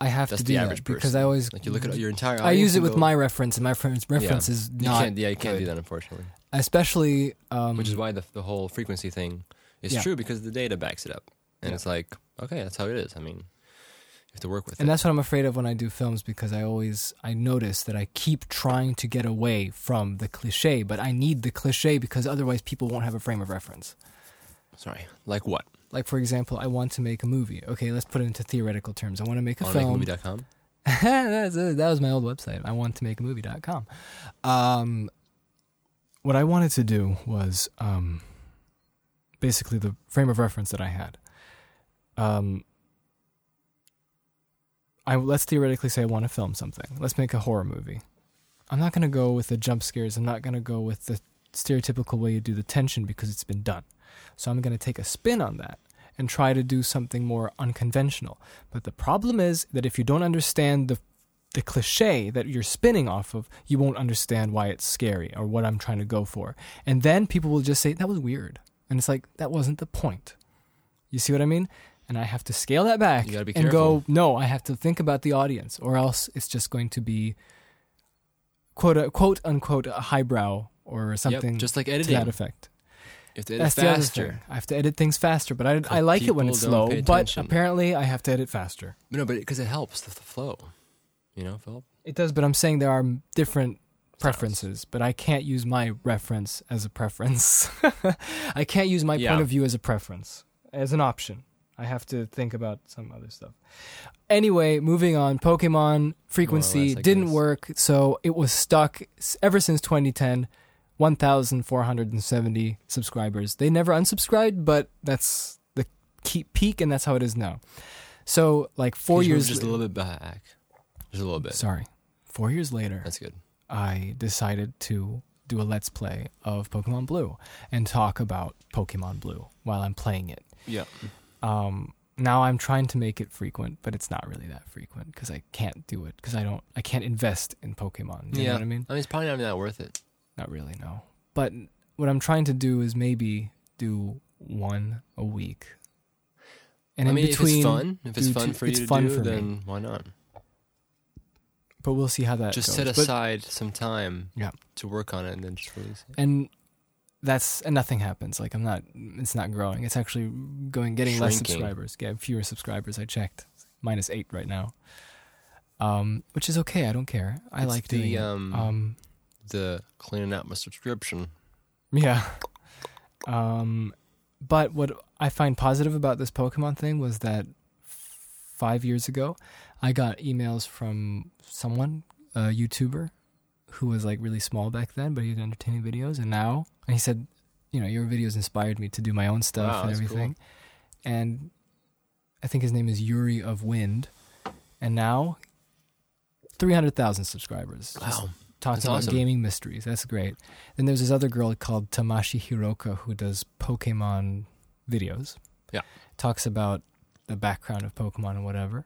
[SPEAKER 1] I have
[SPEAKER 2] That's
[SPEAKER 1] to do
[SPEAKER 2] the
[SPEAKER 1] that
[SPEAKER 2] average person.
[SPEAKER 1] because I always
[SPEAKER 2] Like you look at your entire.
[SPEAKER 1] I use
[SPEAKER 2] audience
[SPEAKER 1] it
[SPEAKER 2] and
[SPEAKER 1] with
[SPEAKER 2] go-
[SPEAKER 1] my reference, and my friend's reference is
[SPEAKER 2] You
[SPEAKER 1] not.
[SPEAKER 2] can't, yeah, you can't do
[SPEAKER 1] good.
[SPEAKER 2] that unfortunately,
[SPEAKER 1] Especially, um,
[SPEAKER 2] which is why the the whole frequency thing is
[SPEAKER 1] Yeah.
[SPEAKER 2] true because the data backs it up, and
[SPEAKER 1] Yeah.
[SPEAKER 2] it's like okay, that's how it is. I mean, you have to work with
[SPEAKER 1] and
[SPEAKER 2] it.
[SPEAKER 1] that's what I'm afraid of when I do films because I always I notice that I keep trying to get away from the cliche, but I need the cliche because otherwise people won't have a frame of reference.
[SPEAKER 2] Sorry, like what?
[SPEAKER 1] Like for example, I want to make a movie. Okay, let's put it into theoretical terms. I want to make a
[SPEAKER 2] On
[SPEAKER 1] film.
[SPEAKER 2] makemovie.com?
[SPEAKER 1] That's it. that was my old website. I want to make a movie.com. Um, what I wanted to do was um, basically the frame of reference that I had. Um, I let's theoretically say I want to film something. Let's make a horror movie. I'm not going to go with the jump scares. I'm not going to go with the stereotypical way you do the tension because it's been done. So I'm going to take a spin on that and try to do something more unconventional. But the problem is that if you don't understand the the cliche that you're spinning off of, you won't understand why it's scary or what I'm trying to go for. And then people will just say that was weird. And it's like that wasn't the point. You see what I mean? And I have to scale that back
[SPEAKER 2] You gotta be
[SPEAKER 1] and go, no, I have to think about the audience or else it's just going to be quote uh, quote unquote a highbrow or
[SPEAKER 2] Yep,
[SPEAKER 1] something
[SPEAKER 2] just like
[SPEAKER 1] to that
[SPEAKER 2] editing.
[SPEAKER 1] effect.
[SPEAKER 2] If they did it
[SPEAKER 1] That's the other
[SPEAKER 2] faster.
[SPEAKER 1] thing. I have to edit things faster, but I, I like it when
[SPEAKER 2] people
[SPEAKER 1] it's
[SPEAKER 2] don't
[SPEAKER 1] slow.
[SPEAKER 2] pay
[SPEAKER 1] But
[SPEAKER 2] attention.
[SPEAKER 1] apparently, I have to edit faster.
[SPEAKER 2] No, but because it, helps the, the flow. You know, Philip.
[SPEAKER 1] It does, but I'm saying there are different preferences, but I can't use my reference as a preference. I can't use my
[SPEAKER 2] Yeah.
[SPEAKER 1] point of view as a preference, as an option. I have to think about some other stuff. Anyway, moving on, Pokemon frequency
[SPEAKER 2] I
[SPEAKER 1] didn't
[SPEAKER 2] guess.
[SPEAKER 1] work, so it was stuck s- ever since 2010. 1,470 subscribers. They never unsubscribed, but that's the key peak, and that's how it is now. So, like four
[SPEAKER 2] Can you move
[SPEAKER 1] years.
[SPEAKER 2] Just a
[SPEAKER 1] la-
[SPEAKER 2] little bit back. Just a little bit.
[SPEAKER 1] sorry, four years later.
[SPEAKER 2] That's good.
[SPEAKER 1] I decided to do a let's play of Pokemon Blue and talk about Pokemon Blue while I'm playing it.
[SPEAKER 2] Yeah.
[SPEAKER 1] Um, now I'm trying to make it frequent, but it's not really that frequent because I can't do it because I don't I can't invest in Pokemon. You
[SPEAKER 2] yeah.
[SPEAKER 1] know what I mean?
[SPEAKER 2] I mean, it's probably not even that worth it.
[SPEAKER 1] Not really, no. But what I'm trying to do is maybe do one a week. And
[SPEAKER 2] I
[SPEAKER 1] in
[SPEAKER 2] mean, if
[SPEAKER 1] between,
[SPEAKER 2] it's fun, if it's
[SPEAKER 1] do
[SPEAKER 2] fun
[SPEAKER 1] two-
[SPEAKER 2] for
[SPEAKER 1] it's
[SPEAKER 2] you to
[SPEAKER 1] fun
[SPEAKER 2] do,
[SPEAKER 1] for me.
[SPEAKER 2] then why not?
[SPEAKER 1] but we'll see how that
[SPEAKER 2] just
[SPEAKER 1] goes.
[SPEAKER 2] set
[SPEAKER 1] But-
[SPEAKER 2] aside some time
[SPEAKER 1] Yeah.
[SPEAKER 2] to work on it and then just release it.
[SPEAKER 1] and that's and nothing happens. Like I'm not, it's not growing. It's actually going getting less
[SPEAKER 2] Shrinking.
[SPEAKER 1] subscribers. Yeah, fewer subscribers. I checked, It's minus eight right now, um, which is okay. I don't care. I
[SPEAKER 2] It's
[SPEAKER 1] like
[SPEAKER 2] the,
[SPEAKER 1] doing
[SPEAKER 2] um,
[SPEAKER 1] it. Um,
[SPEAKER 2] The cleaning out my subscription.
[SPEAKER 1] yeah. Um, but what I find positive about this Pokemon thing was that five years ago, I got emails from someone, a YouTuber, who was like really small back then, but he had entertaining videos, and now and he said, you know, your videos inspired me to do my own stuff
[SPEAKER 2] Wow,
[SPEAKER 1] and
[SPEAKER 2] that's cool.
[SPEAKER 1] everything, and I think his name is Yuri of Wind, and now. 300,000 subscribers. Just
[SPEAKER 2] Wow.
[SPEAKER 1] talking
[SPEAKER 2] That's
[SPEAKER 1] about
[SPEAKER 2] awesome.
[SPEAKER 1] gaming mysteries. That's great. Then there's this other girl called Tamashi Hiroka who does Pokemon videos.
[SPEAKER 2] Yeah.
[SPEAKER 1] Talks about the background of Pokemon and whatever.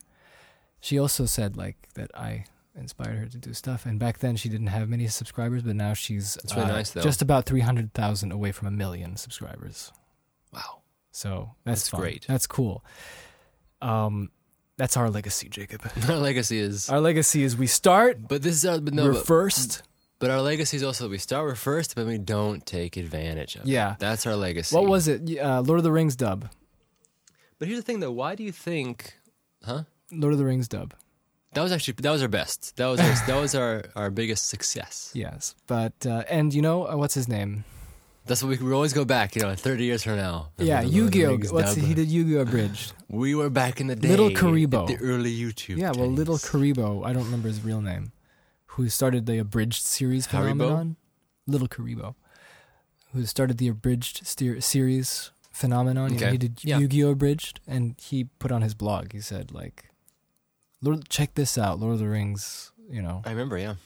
[SPEAKER 1] She also said like that I inspired her to do stuff and back then she didn't have many subscribers but now she's uh,
[SPEAKER 2] That's really nice, though.
[SPEAKER 1] just about 300,000 away from a million subscribers.
[SPEAKER 2] Wow.
[SPEAKER 1] So that's,
[SPEAKER 2] That's
[SPEAKER 1] fun.
[SPEAKER 2] great.
[SPEAKER 1] That's cool. Um that's our legacy, Jacob.
[SPEAKER 2] Our legacy is.
[SPEAKER 1] Our legacy is we start
[SPEAKER 2] But this is our, but
[SPEAKER 1] we're
[SPEAKER 2] no, but,
[SPEAKER 1] first.
[SPEAKER 2] but our legacy is also that we start with first, but we don't take advantage of. it.
[SPEAKER 1] mm, Yeah.
[SPEAKER 2] That's our legacy.
[SPEAKER 1] What was it? Y- Uh, Lord of the Rings dub.
[SPEAKER 2] But here's the thing, though. Why do you think? Huh?
[SPEAKER 1] Lord of the Rings dub.
[SPEAKER 2] That was actually that was our best. That was our, that was our, our biggest success.
[SPEAKER 1] Yes, but uh, and you know uh, what's his name?
[SPEAKER 2] That's what we, we always go back. You know, thirty years from now.
[SPEAKER 1] Yeah,
[SPEAKER 2] Remember
[SPEAKER 1] Yu
[SPEAKER 2] Lord of the
[SPEAKER 1] Gi Oh.
[SPEAKER 2] Rings
[SPEAKER 1] What's
[SPEAKER 2] dub?
[SPEAKER 1] he did Yu Gi Oh abridged?
[SPEAKER 2] We were back in the day.
[SPEAKER 1] Little
[SPEAKER 2] at
[SPEAKER 1] Karibo.
[SPEAKER 2] The early YouTube.
[SPEAKER 1] yeah, well,
[SPEAKER 2] days.
[SPEAKER 1] Little Karibo. I don't remember his real name. Who started the abridged series
[SPEAKER 2] Haribo?
[SPEAKER 1] phenomenon? Little Karibo, who started the abridged steer- series phenomenon. You know,
[SPEAKER 2] Okay.
[SPEAKER 1] he did
[SPEAKER 2] Yeah.
[SPEAKER 1] Yu Gi Oh abridged, and he put on his blog. He said like, Lord, check this out, Lord of the Rings. You know,
[SPEAKER 2] I remember. Yeah.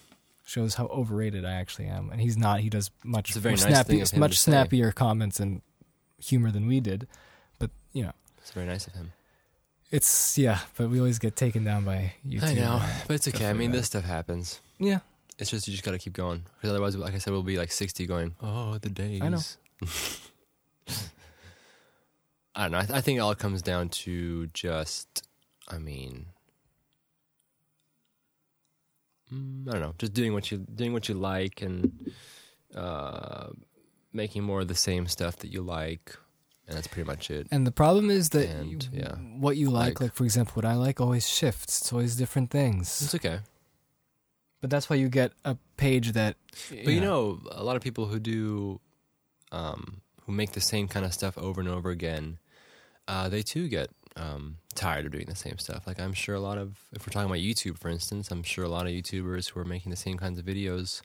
[SPEAKER 1] shows how overrated I actually am, and he's not. He does much
[SPEAKER 2] It's a very
[SPEAKER 1] more
[SPEAKER 2] nice thing
[SPEAKER 1] snappy,
[SPEAKER 2] of him
[SPEAKER 1] much
[SPEAKER 2] to say.
[SPEAKER 1] snappier comments and humor than we did. But you know,
[SPEAKER 2] It's very nice of him.
[SPEAKER 1] it's yeah. But we always get taken down by YouTube.
[SPEAKER 2] I know, but it's okay. I
[SPEAKER 1] like
[SPEAKER 2] mean,
[SPEAKER 1] that.
[SPEAKER 2] this stuff happens.
[SPEAKER 1] Yeah,
[SPEAKER 2] It's just you just gotta keep going because otherwise, like I said, we'll be like sixty going. Oh, the days.
[SPEAKER 1] know.
[SPEAKER 2] I don't know. I, th- I think it all comes down to just. I mean, mm, I don't know. Just doing what you doing what you like and uh, making more of the same stuff that you like, and that's pretty much it.
[SPEAKER 1] and the problem is that
[SPEAKER 2] And,
[SPEAKER 1] you-
[SPEAKER 2] yeah.
[SPEAKER 1] what you like,
[SPEAKER 2] Like-
[SPEAKER 1] like for example, what I like, always shifts. It's always different
[SPEAKER 2] It's
[SPEAKER 1] things.
[SPEAKER 2] okay.
[SPEAKER 1] But that's why you get a page that.
[SPEAKER 2] But you know, a lot of people who do, um, who make the same kind of stuff over and over again, uh, they too get um, tired of doing the same stuff. Like I'm sure a lot of, if we're talking about YouTube, for instance, I'm sure a lot of YouTubers who are making the same kinds of videos,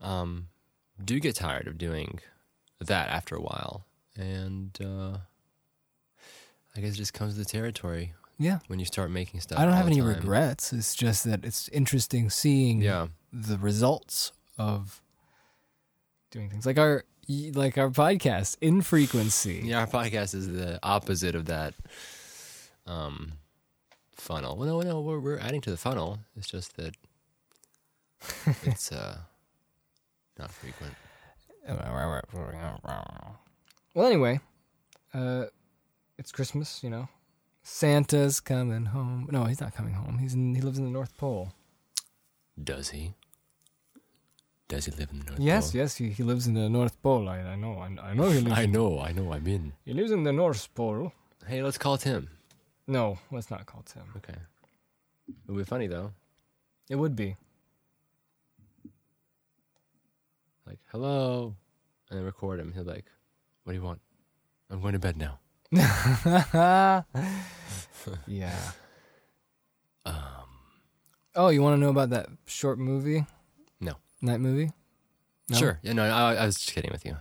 [SPEAKER 2] um, do get tired of doing that after a while, and uh, I guess it just comes to the territory
[SPEAKER 1] yeah.
[SPEAKER 2] when you start making stuff.
[SPEAKER 1] I don't
[SPEAKER 2] all
[SPEAKER 1] have
[SPEAKER 2] the
[SPEAKER 1] any
[SPEAKER 2] time.
[SPEAKER 1] regrets. It's just that it's interesting seeing
[SPEAKER 2] Yeah,
[SPEAKER 1] the results of doing things like our like our podcast infrequency
[SPEAKER 2] Yeah, our podcast is the opposite of that um, funnel. Well, no, no, we're we're adding to the funnel. It's just that it's uh, not frequent.
[SPEAKER 1] well anyway uh it's christmas you know santa's coming home no he's not coming home he's in, he lives in the north pole
[SPEAKER 2] Does he? Does he live in the North
[SPEAKER 1] Yes,
[SPEAKER 2] Pole?
[SPEAKER 1] yes, he, he lives in the North Pole. I, I know, I, I know he lives.
[SPEAKER 2] I know, I know, I'm in.
[SPEAKER 1] He lives in the North Pole.
[SPEAKER 2] Hey, let's call Tim.
[SPEAKER 1] No, let's not call Tim.
[SPEAKER 2] Okay. It would be funny though.
[SPEAKER 1] It would be.
[SPEAKER 2] Like, hello. And then record him. He'll be like, What do you want? I'm going to bed now.
[SPEAKER 1] yeah.
[SPEAKER 2] Um
[SPEAKER 1] Oh, you want to know about that short movie?
[SPEAKER 2] No.
[SPEAKER 1] Night movie? No?
[SPEAKER 2] Sure. Yeah, no, I, I was just kidding with you.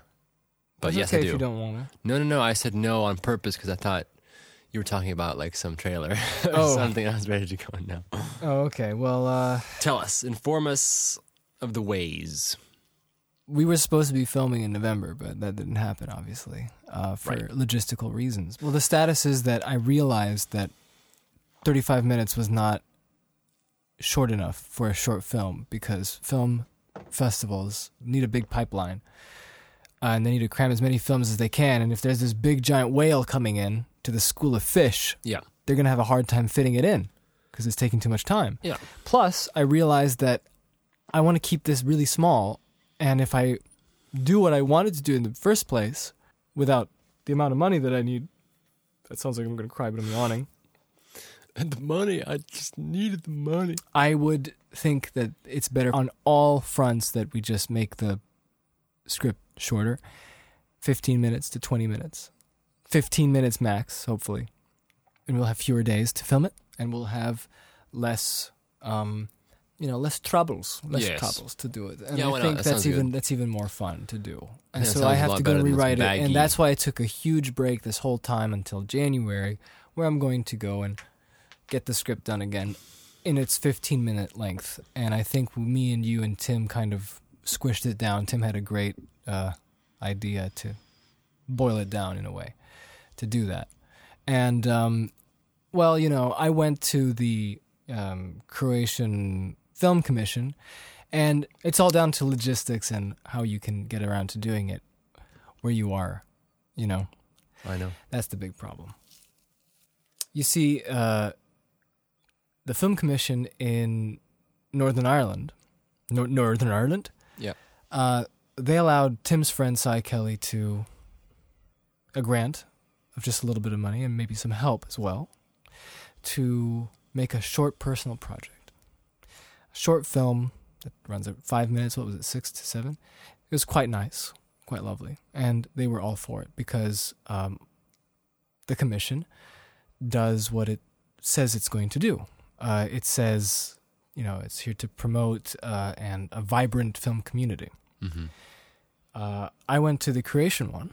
[SPEAKER 2] But
[SPEAKER 1] It's
[SPEAKER 2] yes,
[SPEAKER 1] okay
[SPEAKER 2] I do.
[SPEAKER 1] if you don't want to.
[SPEAKER 2] No, no, no. I said no on purpose because I thought you were talking about like some trailer or
[SPEAKER 1] Oh.
[SPEAKER 2] something. I was ready to go on now.
[SPEAKER 1] Oh, okay. Well, uh,
[SPEAKER 2] Tell us, inform us of the ways.
[SPEAKER 1] we were supposed to be filming in November, but that didn't happen, obviously, uh, for
[SPEAKER 2] Right.
[SPEAKER 1] logistical reasons. Well, the status is that I realized that 35 minutes was not short enough for a short film because film festivals need a big pipeline uh, and they need to cram as many films as they can. And if there's this big giant whale coming in to the school of fish,
[SPEAKER 2] Yeah.
[SPEAKER 1] they're going to have a hard time fitting it in because it's taking too much time.
[SPEAKER 2] Yeah.
[SPEAKER 1] Plus, I realized that I want to keep this really small. And if I do what I wanted to do in the first place without the amount of money that I need, that sounds like I'm going to cry, but I'm yawning.
[SPEAKER 2] And the money. I just needed the money.
[SPEAKER 1] I would think that it's better on all fronts that we just make the script shorter 15 minutes to 20 minutes. 15 minutes max, hopefully. And we'll have fewer days to film it and we'll have less. Um, you know, less troubles, less
[SPEAKER 2] Yes.
[SPEAKER 1] troubles to do it, and
[SPEAKER 2] Yeah, why
[SPEAKER 1] I
[SPEAKER 2] not?
[SPEAKER 1] think
[SPEAKER 2] That
[SPEAKER 1] that's
[SPEAKER 2] sounds
[SPEAKER 1] even that's even more fun to do. And
[SPEAKER 2] Yeah,
[SPEAKER 1] so
[SPEAKER 2] sounds
[SPEAKER 1] I
[SPEAKER 2] a
[SPEAKER 1] have
[SPEAKER 2] lot
[SPEAKER 1] to go
[SPEAKER 2] better than this
[SPEAKER 1] rewrite it,
[SPEAKER 2] baggy-
[SPEAKER 1] and that's why I took a huge break this whole time until January, where I'm going to go and get the script done again in its 15 minute length. And I think me and you and Tim kind of squished it down. Tim had a great uh, idea to boil it down in a way to do that. And, um, well, you know, I went to the um, Croatian Film Commission, and it's all down to logistics and how you can get around to doing it where you are, you know.
[SPEAKER 2] I know.
[SPEAKER 1] That's the big problem. You see, uh, the Film Commission in Northern Ireland, Nor- Northern Ireland,
[SPEAKER 2] Yeah.
[SPEAKER 1] uh, they allowed Tim's friend Cy Kelly to a grant of just a little bit of money and maybe some help as well to make a short personal project, a short film that runs at five minutes. What was it, six to seven? It was quite nice, quite lovely, and they were all for it because um, the commission does what it says it's going to do. Uh, it says, you know, it's here to promote uh, and a vibrant film community.
[SPEAKER 2] Mm-hmm.
[SPEAKER 1] Uh, I went to the creation one,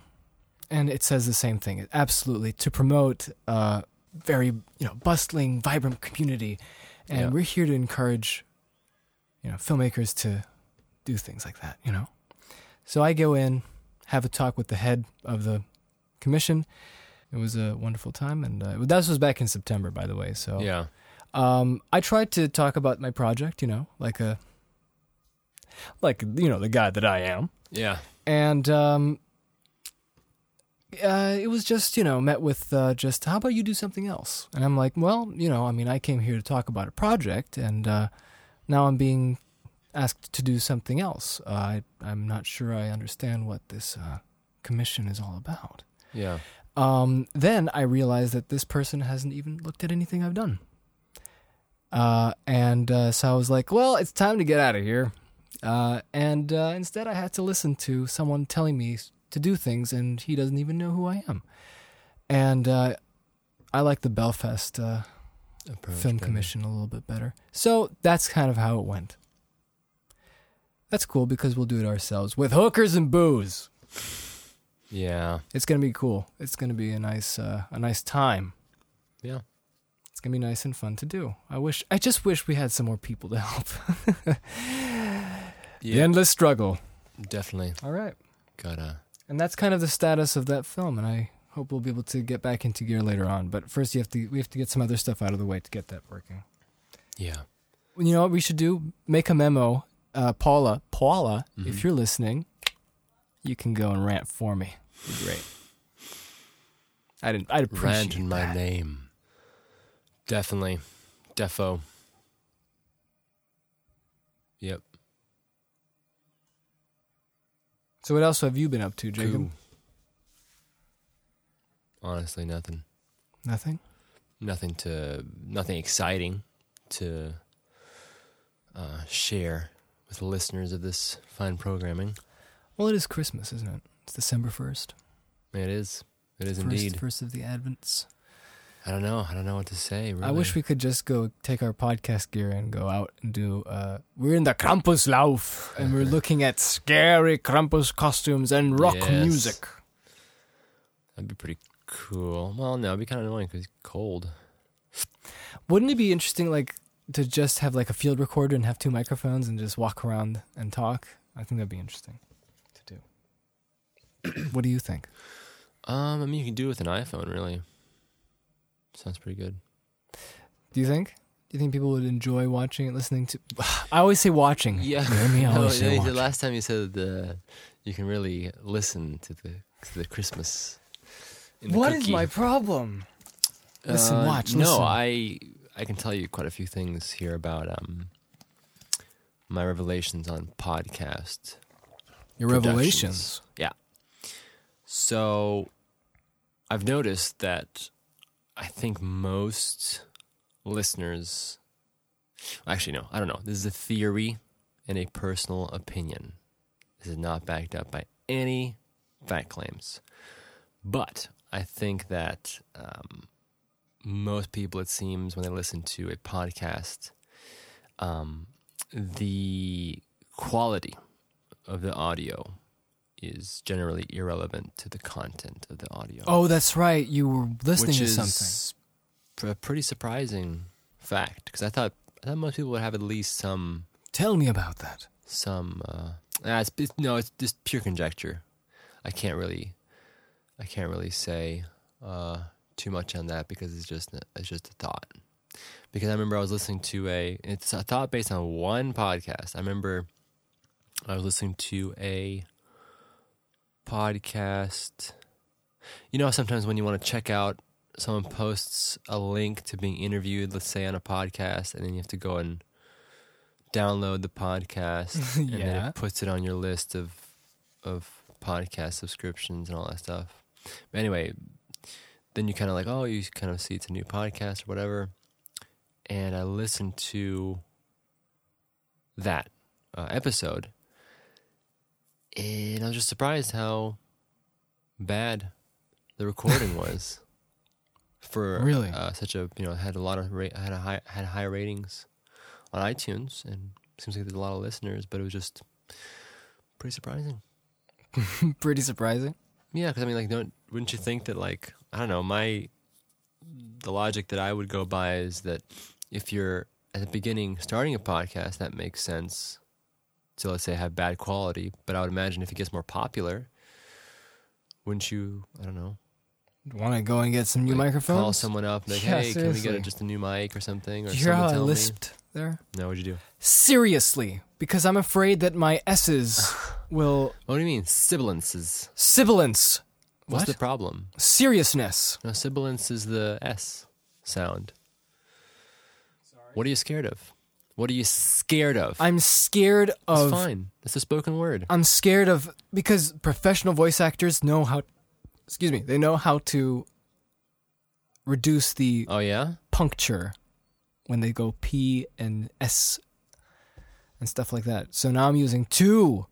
[SPEAKER 1] and it says the same thing. It absolutely to promote a very you know bustling, vibrant community, and
[SPEAKER 2] Yeah.
[SPEAKER 1] we're here to encourage you know filmmakers to do things like that. You know, so I go in, have a talk with the head of the commission. It was a wonderful time, and uh, that was back in September, by the way. So
[SPEAKER 2] Yeah.
[SPEAKER 1] um, I tried to talk about my project, you know, like a like you know the guy that I am
[SPEAKER 2] Yeah.
[SPEAKER 1] and um, uh, it was just you know met with uh, just how about you do something else and i'm like well you know i mean i came here to talk about a project and uh, now i'm being asked to do something else uh, I, i'm not sure i understand what this uh, commission is all about
[SPEAKER 2] Yeah.
[SPEAKER 1] um, then I realized that this person hasn't even looked at anything I've done. Uh, and uh, so I was like, well, it's time to get out of here. Uh, and uh, instead, I had to listen to someone telling me s- to do things, and he doesn't even know who I am. And uh, I like the Belfast uh, Film Commission a little bit better. So that's kind of how it went. That's cool because we'll do it ourselves with hookers and booze.
[SPEAKER 2] Yeah.
[SPEAKER 1] It's gonna be cool. It's gonna be a nice uh, a nice time.
[SPEAKER 2] Yeah.
[SPEAKER 1] It's gonna be nice and fun to do. I wish I just wish we had some more people to help. The
[SPEAKER 2] Yeah.
[SPEAKER 1] endless struggle.
[SPEAKER 2] Definitely
[SPEAKER 1] All right.
[SPEAKER 2] gotta.
[SPEAKER 1] And that's kind of the status of that film, and I hope we'll be able to get back into gear later on. But first you have to we have to get some other stuff out of the way to get that working.
[SPEAKER 2] Yeah.
[SPEAKER 1] You know what we should do? Make a memo. Uh, Paula, Paula,
[SPEAKER 2] Mm-hmm.
[SPEAKER 1] if you're listening, you can go and rant for me. It'd be great. I didn't I'd appreciate
[SPEAKER 2] Rand in my
[SPEAKER 1] that.
[SPEAKER 2] name. Definitely. Defo. Yep.
[SPEAKER 1] So what else have you been up to, Jacob?
[SPEAKER 2] Ooh. Honestly, nothing.
[SPEAKER 1] Nothing.
[SPEAKER 2] Nothing to nothing exciting to uh, share with the listeners of this fine programming.
[SPEAKER 1] Well, it is Christmas, isn't it? It's December first.
[SPEAKER 2] It is. It is
[SPEAKER 1] First,
[SPEAKER 2] indeed.
[SPEAKER 1] first of the Advents.
[SPEAKER 2] I don't know. I don't know what to say. Really.
[SPEAKER 1] I wish we could just go take our podcast gear and go out and do. Uh, we're in the Krampuslauf and we're looking at scary Krampus costumes and rock
[SPEAKER 2] Yes.
[SPEAKER 1] music.
[SPEAKER 2] That'd be pretty cool. Well, no, it'd be kind of annoying because it's cold.
[SPEAKER 1] Wouldn't it be interesting, like, to just have like a field recorder and have two microphones and just walk around and talk? I think that'd be interesting to do. what do you think?
[SPEAKER 2] Um, I mean, you can do it with an iPhone, really. Sounds pretty good.
[SPEAKER 1] Do you think? Do you think people would enjoy watching and listening to? I always say watching.
[SPEAKER 2] Yeah.
[SPEAKER 1] Hear me? I
[SPEAKER 2] No,
[SPEAKER 1] always say
[SPEAKER 2] Oh, yeah, the
[SPEAKER 1] watching.
[SPEAKER 2] last time you said uh, you can really listen to the to the Christmas. In the
[SPEAKER 1] What is
[SPEAKER 2] cookie.
[SPEAKER 1] my problem? Listen,
[SPEAKER 2] Uh,
[SPEAKER 1] watch,
[SPEAKER 2] No,
[SPEAKER 1] listen.
[SPEAKER 2] I I can tell you quite a few things here about um my revelations on podcast.
[SPEAKER 1] Your
[SPEAKER 2] Productions.
[SPEAKER 1] revelations.
[SPEAKER 2] Yeah. So I've noticed that I think most listeners actually no, I don't know. This is a theory and a personal opinion. This is not backed up by any fact claims. But I think that um, most people, it seems, when they listen to a podcast, um, the quality of the audio is generally irrelevant to the content of the audio.
[SPEAKER 1] Oh, that's right. You were listening
[SPEAKER 2] which
[SPEAKER 1] to
[SPEAKER 2] is
[SPEAKER 1] something.
[SPEAKER 2] pr- a pretty surprising fact because I thought I thought most people would have at least some
[SPEAKER 1] Tell me about that.
[SPEAKER 2] some uh, ah, it's, it's- no it's just pure conjecture i can't really i can't really say uh, too much on that because it's just it's just a thought because i remember i was listening to a it's a thought based on one podcast i remember i was listening to a podcast you know how sometimes when you want to check out someone posts a link to being interviewed let's say on a podcast and then you have to go and download the podcast and then
[SPEAKER 1] Yeah.
[SPEAKER 2] it puts it on your list of of podcast subscriptions and all that stuff but anyway then you kind of like oh you kind of see it's a new podcast or whatever and i listened to that uh, episode and i was just surprised how bad the recording was for
[SPEAKER 1] Really?
[SPEAKER 2] uh, such a you know had a lot of ra- had a high had high ratings on iTunes and seems like there's a lot of listeners but it was just pretty surprising
[SPEAKER 1] Pretty surprising.
[SPEAKER 2] yeah because I mean like don't wouldn't you think that like I don't know my the logic that I would go by is that if you're at the beginning starting a podcast that makes sense to let's say have bad quality but I would imagine if it gets more popular wouldn't you I don't know
[SPEAKER 1] Want to go and get some new
[SPEAKER 2] like,
[SPEAKER 1] microphones?
[SPEAKER 2] Call someone up, and like,
[SPEAKER 1] Yeah,
[SPEAKER 2] hey, can we get
[SPEAKER 1] seriously.
[SPEAKER 2] a, just a new mic or something? Or
[SPEAKER 1] Did you hear how
[SPEAKER 2] someone
[SPEAKER 1] I
[SPEAKER 2] tell me?"
[SPEAKER 1] lisped there?
[SPEAKER 2] No, what'd you do?
[SPEAKER 1] Seriously, because I'm afraid that my S's will
[SPEAKER 2] What do you mean sibilance is?
[SPEAKER 1] sibilance.
[SPEAKER 2] What's
[SPEAKER 1] What?
[SPEAKER 2] the problem?
[SPEAKER 1] Seriousness.
[SPEAKER 2] No, sibilance is the s sound. What are you scared of? What are you scared of?
[SPEAKER 1] I'm scared
[SPEAKER 2] it's
[SPEAKER 1] of.
[SPEAKER 2] fine. It's a spoken word.
[SPEAKER 1] I'm scared of because professional voice actors know how. Excuse me. They know how to reduce the
[SPEAKER 2] oh yeah.
[SPEAKER 1] puncture when they go P and S and stuff like that. So now I'm using two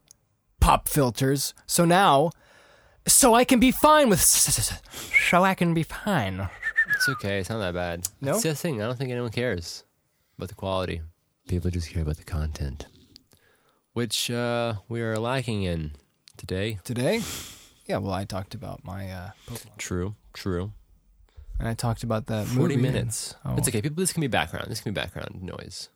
[SPEAKER 1] pop filters. So now, so I can be fine with. s- s- s- So I can be fine.
[SPEAKER 2] It's okay. It's not that bad.
[SPEAKER 1] No?
[SPEAKER 2] It's the thing. I don't think anyone cares about the quality. People just care about the content, which uh, we are lacking in today.
[SPEAKER 1] Today? Yeah, well, I talked about my. Uh, Pokemon.
[SPEAKER 2] True. True.
[SPEAKER 1] And I talked about that
[SPEAKER 2] 40
[SPEAKER 1] movie and-
[SPEAKER 2] minutes.
[SPEAKER 1] Oh.
[SPEAKER 2] It's okay. People, this can be background. This can be background noise.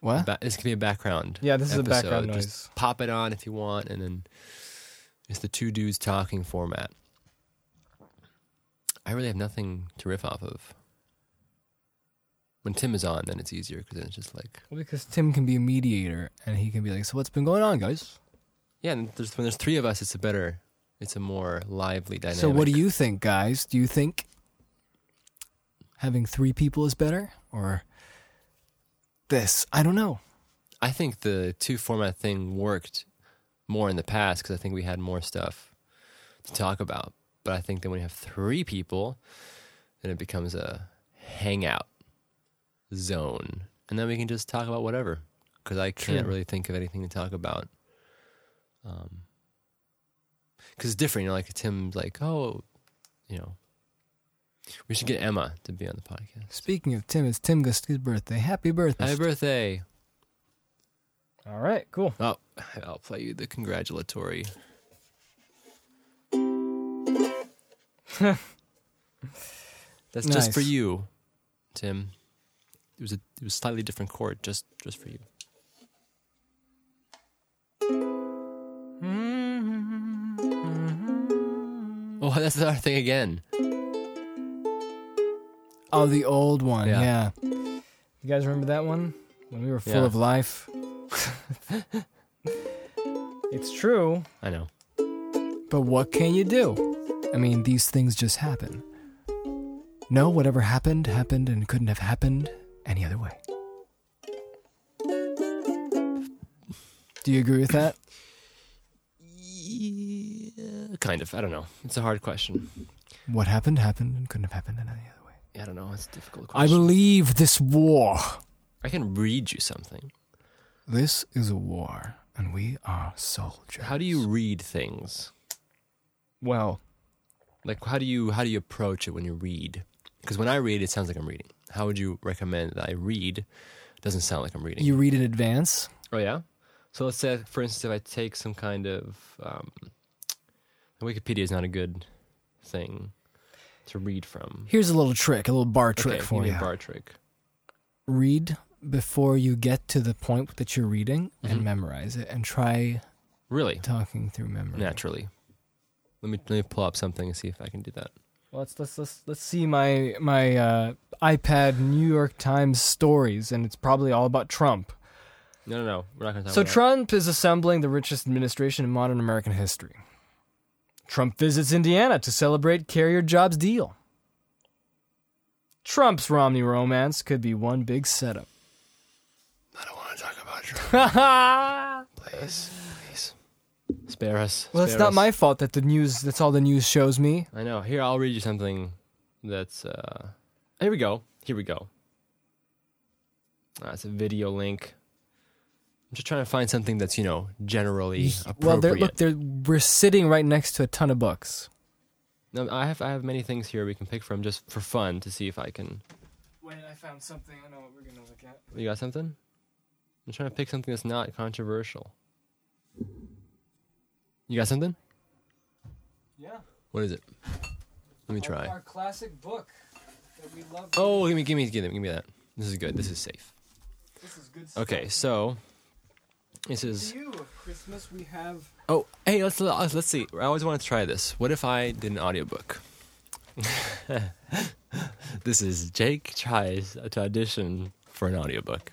[SPEAKER 1] What?
[SPEAKER 2] Ba- this can be a background.
[SPEAKER 1] Yeah, this is a
[SPEAKER 2] episode.
[SPEAKER 1] background noise.
[SPEAKER 2] Just pop it on if you want, and then it's the two dudes talking format. I really have nothing to riff off of. When Tim is on, then it's easier because then it's just like
[SPEAKER 1] Well, because Tim can be a mediator and he can be like, so what's been going on, guys?
[SPEAKER 2] yeah. And there's, when there's three of us, it's a better, it's a more lively dynamic.
[SPEAKER 1] So what do you think, guys? Do you think having three people is better or this? I don't know.
[SPEAKER 2] I think the two format thing worked more in the past because I think we had more stuff to talk about. But I think that when you have three people, then it becomes a hangout zone, and then we can just talk about whatever. Because I can't
[SPEAKER 1] True.
[SPEAKER 2] really think of anything to talk about. Um, because it's different. You know, like Tim's like, oh, you know, we should get Emma to be on the podcast.
[SPEAKER 1] Speaking of Tim, it's Tim Guski's birthday. Happy birthday.
[SPEAKER 2] Happy birthday!
[SPEAKER 1] All right, cool.
[SPEAKER 2] Oh, I'll play you the congratulatory. That's just for
[SPEAKER 1] Nice.
[SPEAKER 2] you, Tim. It was a it was slightly different chord, just just for you.
[SPEAKER 1] Mm-hmm.
[SPEAKER 2] Oh, that's the other thing again.
[SPEAKER 1] Oh, the old one.
[SPEAKER 2] Yeah.
[SPEAKER 1] Yeah. You guys remember that one? When we were full
[SPEAKER 2] Yeah.
[SPEAKER 1] of life. it's true,
[SPEAKER 2] I know.
[SPEAKER 1] but what can you do? I mean, these things just happen. No, whatever happened, happened and couldn't have happened any other way. Do you agree with that?
[SPEAKER 2] Yeah, kind of. I don't know. It's a hard question.
[SPEAKER 1] What happened, happened and couldn't have happened in any other way.
[SPEAKER 2] Yeah, I don't know. It's a difficult
[SPEAKER 1] I
[SPEAKER 2] question.
[SPEAKER 1] believe this war.
[SPEAKER 2] I can read you something.
[SPEAKER 1] This is a war, and we are soldiers.
[SPEAKER 2] How do you read things?
[SPEAKER 1] Well,
[SPEAKER 2] like how do you how do you approach it when you read because when i read it sounds like i'm reading how would you recommend that i read It doesn't sound like i'm reading
[SPEAKER 1] you read in advance.
[SPEAKER 2] oh yeah so let's say for instance if i take some kind of um, wikipedia is not a good thing to read from
[SPEAKER 1] Here's a little trick, a little bar
[SPEAKER 2] Okay,
[SPEAKER 1] trick for
[SPEAKER 2] give me
[SPEAKER 1] you.
[SPEAKER 2] a bar trick
[SPEAKER 1] read before you get to the point that you're reading
[SPEAKER 2] Mhm.
[SPEAKER 1] and memorize it and try
[SPEAKER 2] really
[SPEAKER 1] talking through memory.
[SPEAKER 2] naturally let me let me pull up something and see if i can do that
[SPEAKER 1] Well, let's let's let's let's see my my uh, iPad New York Times stories and it's probably all about Trump.
[SPEAKER 2] no no no we're not going to talk
[SPEAKER 1] So
[SPEAKER 2] about
[SPEAKER 1] Trump is assembling the richest administration in modern American history. Trump visits Indiana to celebrate carrier jobs deal. Trump's Romney romance could be one big setup.
[SPEAKER 2] that. i don't want to talk about trump
[SPEAKER 1] well,
[SPEAKER 2] please please spare us
[SPEAKER 1] it's
[SPEAKER 2] spare
[SPEAKER 1] not
[SPEAKER 2] us.
[SPEAKER 1] my fault that the news that's all the news shows me.
[SPEAKER 2] I know. Here, I'll read you something that's. Uh, here we go. Here we go. Uh, it's a video link. I'm just trying to find something that's, you know, generally appropriate.
[SPEAKER 1] Well, they're, look, they're, we're sitting right next to a ton of books.
[SPEAKER 2] No, I have I have many things here we can pick from just for fun to see if I can.
[SPEAKER 1] Wait, I found something. I know what we're gonna look at.
[SPEAKER 2] You got something? I'm trying to pick something that's not controversial. You got something?
[SPEAKER 1] Yeah,
[SPEAKER 2] What is it? Let me try.
[SPEAKER 1] classic book that we love.
[SPEAKER 2] Oh, give me, give me, give me, give me that. This is good. This is safe.
[SPEAKER 1] this is good.
[SPEAKER 2] Okay, so this is.
[SPEAKER 1] you of Christmas we have.
[SPEAKER 2] Oh, hey, let's let's let's see. I always want to try this. What if I did an audiobook? this is Jake tries to audition for an audiobook.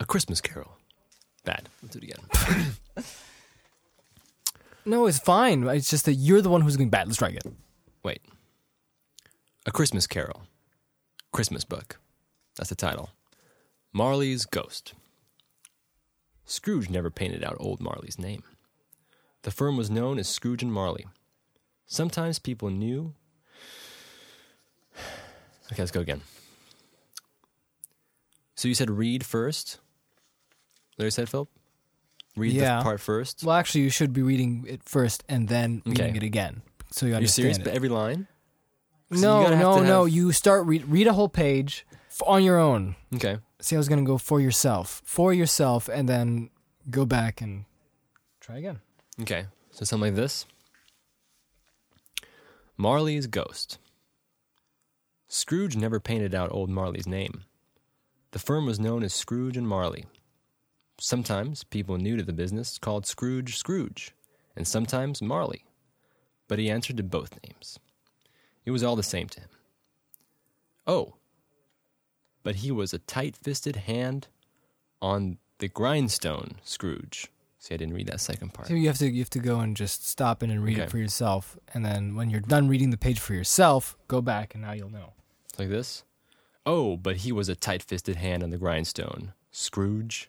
[SPEAKER 2] A Christmas Carol. Bad. Let's do it again.
[SPEAKER 1] No, it's fine. It's just that you're the one who's going bad. Let's try again.
[SPEAKER 2] Wait. A Christmas Carol. Christmas book. That's the title. Marley's Ghost. Scrooge never painted out old Marley's name. The firm was known as Scrooge and Marley. Sometimes people knew. Okay, let's go again. So you said read first. Larry said, Philip? Read
[SPEAKER 1] Yeah.
[SPEAKER 2] the part first.
[SPEAKER 1] Well, actually, you should be reading it first and then reading
[SPEAKER 2] Okay.
[SPEAKER 1] it again, so you
[SPEAKER 2] Are you
[SPEAKER 1] understand.
[SPEAKER 2] serious?
[SPEAKER 1] it.
[SPEAKER 2] But every line? So you
[SPEAKER 1] no,
[SPEAKER 2] gotta have
[SPEAKER 1] no,
[SPEAKER 2] to
[SPEAKER 1] no.
[SPEAKER 2] have-
[SPEAKER 1] You start read read a whole page f- on your own.
[SPEAKER 2] Okay.
[SPEAKER 1] See, I was going to go for yourself, for yourself, and then go back and try again.
[SPEAKER 2] Okay, so something like this Marley's Ghost. Scrooge never painted out old Marley's name. The firm was known as Scrooge and Marley. Sometimes people new to the business called Scrooge Scrooge, and sometimes Marley, but he answered to both names. It was all the same to him. Oh, but he was a tight fisted hand on the grindstone, Scrooge. See, I didn't read that second part.
[SPEAKER 1] So you have to you have to go and just stop it and read
[SPEAKER 2] Okay.
[SPEAKER 1] it for yourself, and then when you're done reading the page for yourself, go back and now you'll know.
[SPEAKER 2] like this. Oh, but he was a tight fisted hand on the grindstone. Scrooge.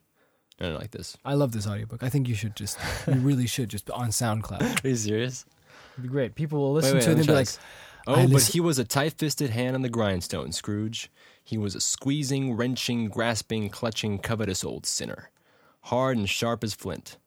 [SPEAKER 2] I don't like this.
[SPEAKER 1] I love this audiobook. I think you should just, you really should just on SoundCloud.
[SPEAKER 2] Are you serious?
[SPEAKER 1] It'd be great. People will
[SPEAKER 2] Wait,
[SPEAKER 1] listen
[SPEAKER 2] wait,
[SPEAKER 1] to it
[SPEAKER 2] let me
[SPEAKER 1] and be
[SPEAKER 2] try
[SPEAKER 1] like,
[SPEAKER 2] this. Oh,
[SPEAKER 1] I
[SPEAKER 2] but
[SPEAKER 1] listen-
[SPEAKER 2] he was a tight fisted hand on the grindstone, Scrooge. He was a squeezing, wrenching, grasping, clutching, covetous old sinner, hard and sharp as flint.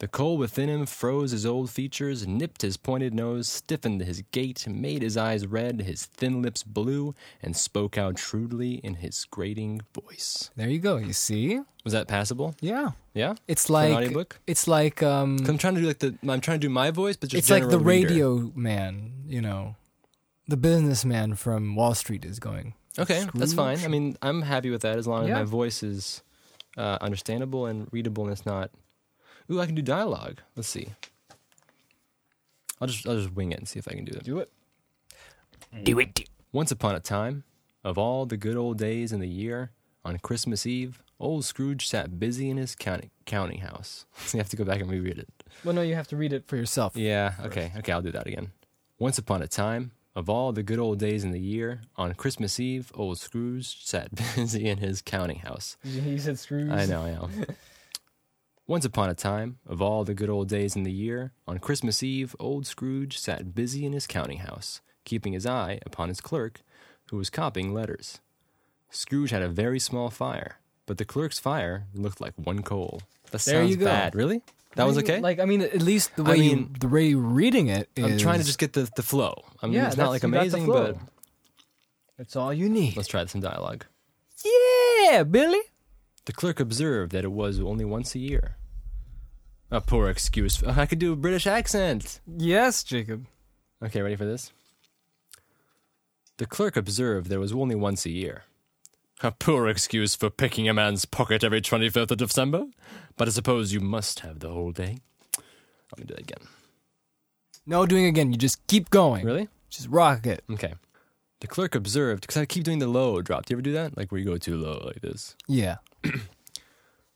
[SPEAKER 2] The cold within him froze his old features, nipped his pointed nose, stiffened his gait, made his eyes red, his thin lips blue, and spoke out shrewdly in his grating voice.
[SPEAKER 1] there you go. You see?
[SPEAKER 2] Was that passable?
[SPEAKER 1] Yeah.
[SPEAKER 2] Yeah?
[SPEAKER 1] It's
[SPEAKER 2] an
[SPEAKER 1] like,
[SPEAKER 2] audiobook?
[SPEAKER 1] it's like, um,
[SPEAKER 2] 'Cause I'm trying to do like the I'm trying to do my voice, but just
[SPEAKER 1] it's like the
[SPEAKER 2] general reader.
[SPEAKER 1] radio man, you know, the businessman from Wall Street is going.
[SPEAKER 2] Okay, that's fine. I
[SPEAKER 1] Scrooge.
[SPEAKER 2] mean, I'm happy with that as long as
[SPEAKER 1] Yeah.
[SPEAKER 2] my voice is uh, understandable and readable, and it's not. Ooh, I can do dialogue. Let's see. I'll just I'll just wing it and see if I can do it.
[SPEAKER 1] Do it.
[SPEAKER 3] Do it.
[SPEAKER 2] Once upon a time, of all the good old days in the year, on Christmas Eve, old Scrooge sat busy in his counting counting house. So you have to go back and reread it.
[SPEAKER 1] Well, no, you have to read it for yourself.
[SPEAKER 2] Yeah, okay, okay, I'll do that again. Once upon a time, of all the good old days in the year, on Christmas Eve, old Scrooge sat busy in his counting house.
[SPEAKER 1] He said screws.
[SPEAKER 2] I know, I know. Once upon a time, of all the good old days in the year, on Christmas Eve, old Scrooge sat busy in his counting house, keeping his eye upon his clerk, who was copying letters. Scrooge had a very small fire, but the clerk's fire looked like one coal. That
[SPEAKER 1] There you
[SPEAKER 2] sounds
[SPEAKER 1] go.
[SPEAKER 2] bad. Really? That was okay?
[SPEAKER 1] Like, I mean, at least the
[SPEAKER 2] I
[SPEAKER 1] way you,
[SPEAKER 2] mean-
[SPEAKER 1] the way you're reading it is.
[SPEAKER 2] I'm trying to just get the, the flow. I mean,
[SPEAKER 1] Yeah,
[SPEAKER 2] it's not like
[SPEAKER 1] that's- you got the
[SPEAKER 2] amazing,
[SPEAKER 1] flow.
[SPEAKER 2] but
[SPEAKER 1] It's all you need.
[SPEAKER 2] let's try some dialogue.
[SPEAKER 1] Yeah, Billy.
[SPEAKER 2] The clerk observed that it was only once a year. A poor excuse. I could do a British accent.
[SPEAKER 1] Yes, Jacob.
[SPEAKER 2] Okay, ready for this? The clerk observed there was only once a year. A poor excuse for picking a man's pocket every 25th of December, but I suppose you must have the whole day. Let me do that again.
[SPEAKER 1] No doing again. You just keep going.
[SPEAKER 2] Really?
[SPEAKER 1] Just rock it.
[SPEAKER 2] Okay. The clerk observed, because I keep doing the low drop. Do you ever do that? Like where you go too low like this.
[SPEAKER 1] Yeah.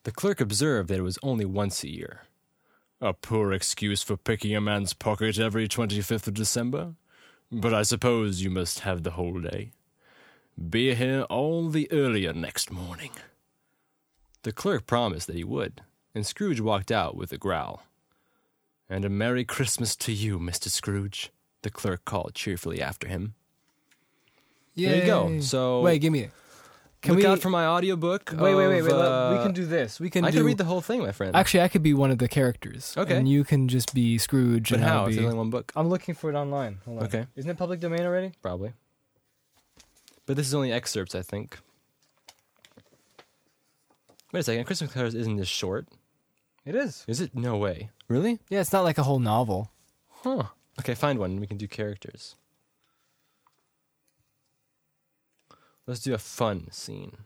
[SPEAKER 2] The clerk observed that it was only once a year. A poor excuse for picking a man's pocket every 25th of December. But I suppose you must have the whole day. Be here all the earlier next morning. The clerk promised that he would, and Scrooge walked out with a growl. And a Merry Christmas to you, Mr. Scrooge, the clerk called cheerfully after him.
[SPEAKER 1] yeah.
[SPEAKER 2] There you go. So
[SPEAKER 1] wait, give me it. Can
[SPEAKER 2] look
[SPEAKER 1] we
[SPEAKER 2] out for my audiobook.
[SPEAKER 1] wait, wait, wait,
[SPEAKER 2] of,
[SPEAKER 1] wait?
[SPEAKER 2] uh,
[SPEAKER 1] let- we can do this. We can.
[SPEAKER 2] I
[SPEAKER 1] do,
[SPEAKER 2] can read the whole thing, my friend.
[SPEAKER 1] Actually, I could be one of the characters.
[SPEAKER 2] Okay.
[SPEAKER 1] And you can just be Scrooge.
[SPEAKER 2] but
[SPEAKER 1] and I'll
[SPEAKER 2] how? If
[SPEAKER 1] Be,
[SPEAKER 2] there's only one book.
[SPEAKER 1] I'm looking for it online. Hold on.
[SPEAKER 2] Okay.
[SPEAKER 1] Isn't it public domain already?
[SPEAKER 2] Probably. But this is only excerpts, I think. Wait a second, Christmas Colors isn't this short,
[SPEAKER 1] It is.
[SPEAKER 2] is it? No way. Really?
[SPEAKER 1] Yeah, it's not like a whole novel.
[SPEAKER 2] Huh. Okay, find one. We can do characters. Let's do a fun scene.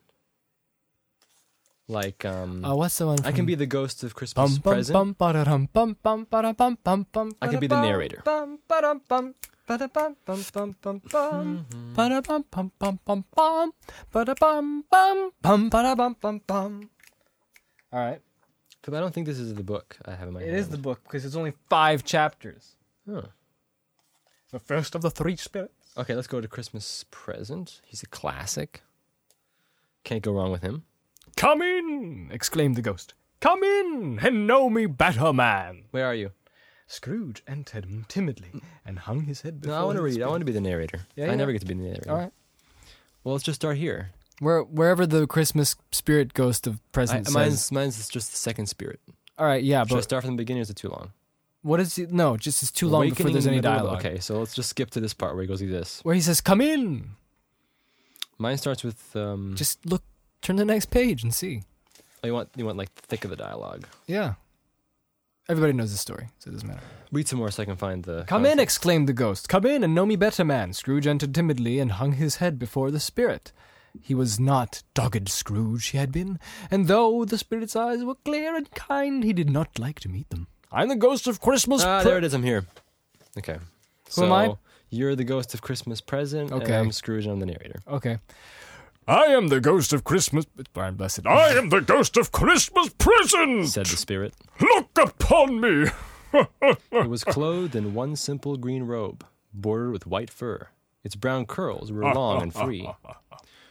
[SPEAKER 2] Like, um,
[SPEAKER 1] Uh, what's the one? From
[SPEAKER 2] I can be the ghost of Christmas
[SPEAKER 1] Bum, bum,
[SPEAKER 2] present.
[SPEAKER 1] bum, ba-da-dum, bum, bum, ba-da-bum, bum, bum,
[SPEAKER 2] I can be the
[SPEAKER 1] ba-da-bum,
[SPEAKER 2] narrator.
[SPEAKER 1] bum, ba-da-bum, ba-da-bum, bum, bum, bum, bum. Ba-da-bum, bum, bum, bum, bum. Ba-da-bum, bum, bum, ba-da-bum, bum, bum. All right.
[SPEAKER 2] But I don't think this is the book I have in my
[SPEAKER 1] It
[SPEAKER 2] hand.
[SPEAKER 1] is the book because it's only five chapters.
[SPEAKER 2] Huh.
[SPEAKER 1] The first of the three spirits.
[SPEAKER 2] Okay, let's go to Christmas present. He's a classic. Can't go wrong with him.
[SPEAKER 1] Come in! exclaimed the ghost. Come in and know me better, man.
[SPEAKER 2] Where are you?
[SPEAKER 1] Scrooge entered timidly and hung his head
[SPEAKER 2] No, I want to read. I want to be the narrator.
[SPEAKER 1] Yeah,
[SPEAKER 2] I
[SPEAKER 1] yeah.
[SPEAKER 2] never get to be the narrator.
[SPEAKER 1] All right.
[SPEAKER 2] Well, let's just start here.
[SPEAKER 1] Where, wherever the Christmas spirit ghost of
[SPEAKER 2] I,
[SPEAKER 1] present says.
[SPEAKER 2] mine's mine's just the second spirit.
[SPEAKER 1] All right, yeah,
[SPEAKER 2] Should I
[SPEAKER 1] but
[SPEAKER 2] start from the beginning? Or is it too long?
[SPEAKER 1] what is it? No, just it's too long before
[SPEAKER 2] Awakening
[SPEAKER 1] there's
[SPEAKER 2] in
[SPEAKER 1] any
[SPEAKER 2] the middle-
[SPEAKER 1] dialogue.
[SPEAKER 2] Okay, so let's just skip to this part where he goes like this.
[SPEAKER 1] Where he says, "Come in,"
[SPEAKER 2] Mine starts with um.
[SPEAKER 1] just look, turn to the next page and see.
[SPEAKER 2] oh, you want you want like the thick of the dialogue.
[SPEAKER 1] Yeah, everybody knows the story, so it doesn't matter.
[SPEAKER 2] Read some more so I can find the.
[SPEAKER 1] Come in, exclaimed the ghost. Come in and know me better, man. Scrooge entered timidly and hung his head before the spirit. He was not dogged Scrooge he had been, and though the spirit's eyes were clear and kind, he did not like to meet them. I'm the ghost of Christmas.
[SPEAKER 2] Ah,
[SPEAKER 1] pre-
[SPEAKER 2] there it is. I'm here. Okay. so
[SPEAKER 1] am I?
[SPEAKER 2] You're the ghost of Christmas present. And
[SPEAKER 1] Okay.
[SPEAKER 2] I'm Scrooge. and I'm the narrator.
[SPEAKER 1] Okay.
[SPEAKER 4] I am the ghost of Christmas.
[SPEAKER 1] Brian Blessed.
[SPEAKER 4] I am the ghost of Christmas present.
[SPEAKER 2] Said the spirit.
[SPEAKER 4] Look upon me.
[SPEAKER 2] It was clothed in one simple green robe, bordered with white fur. Its brown curls were long and free.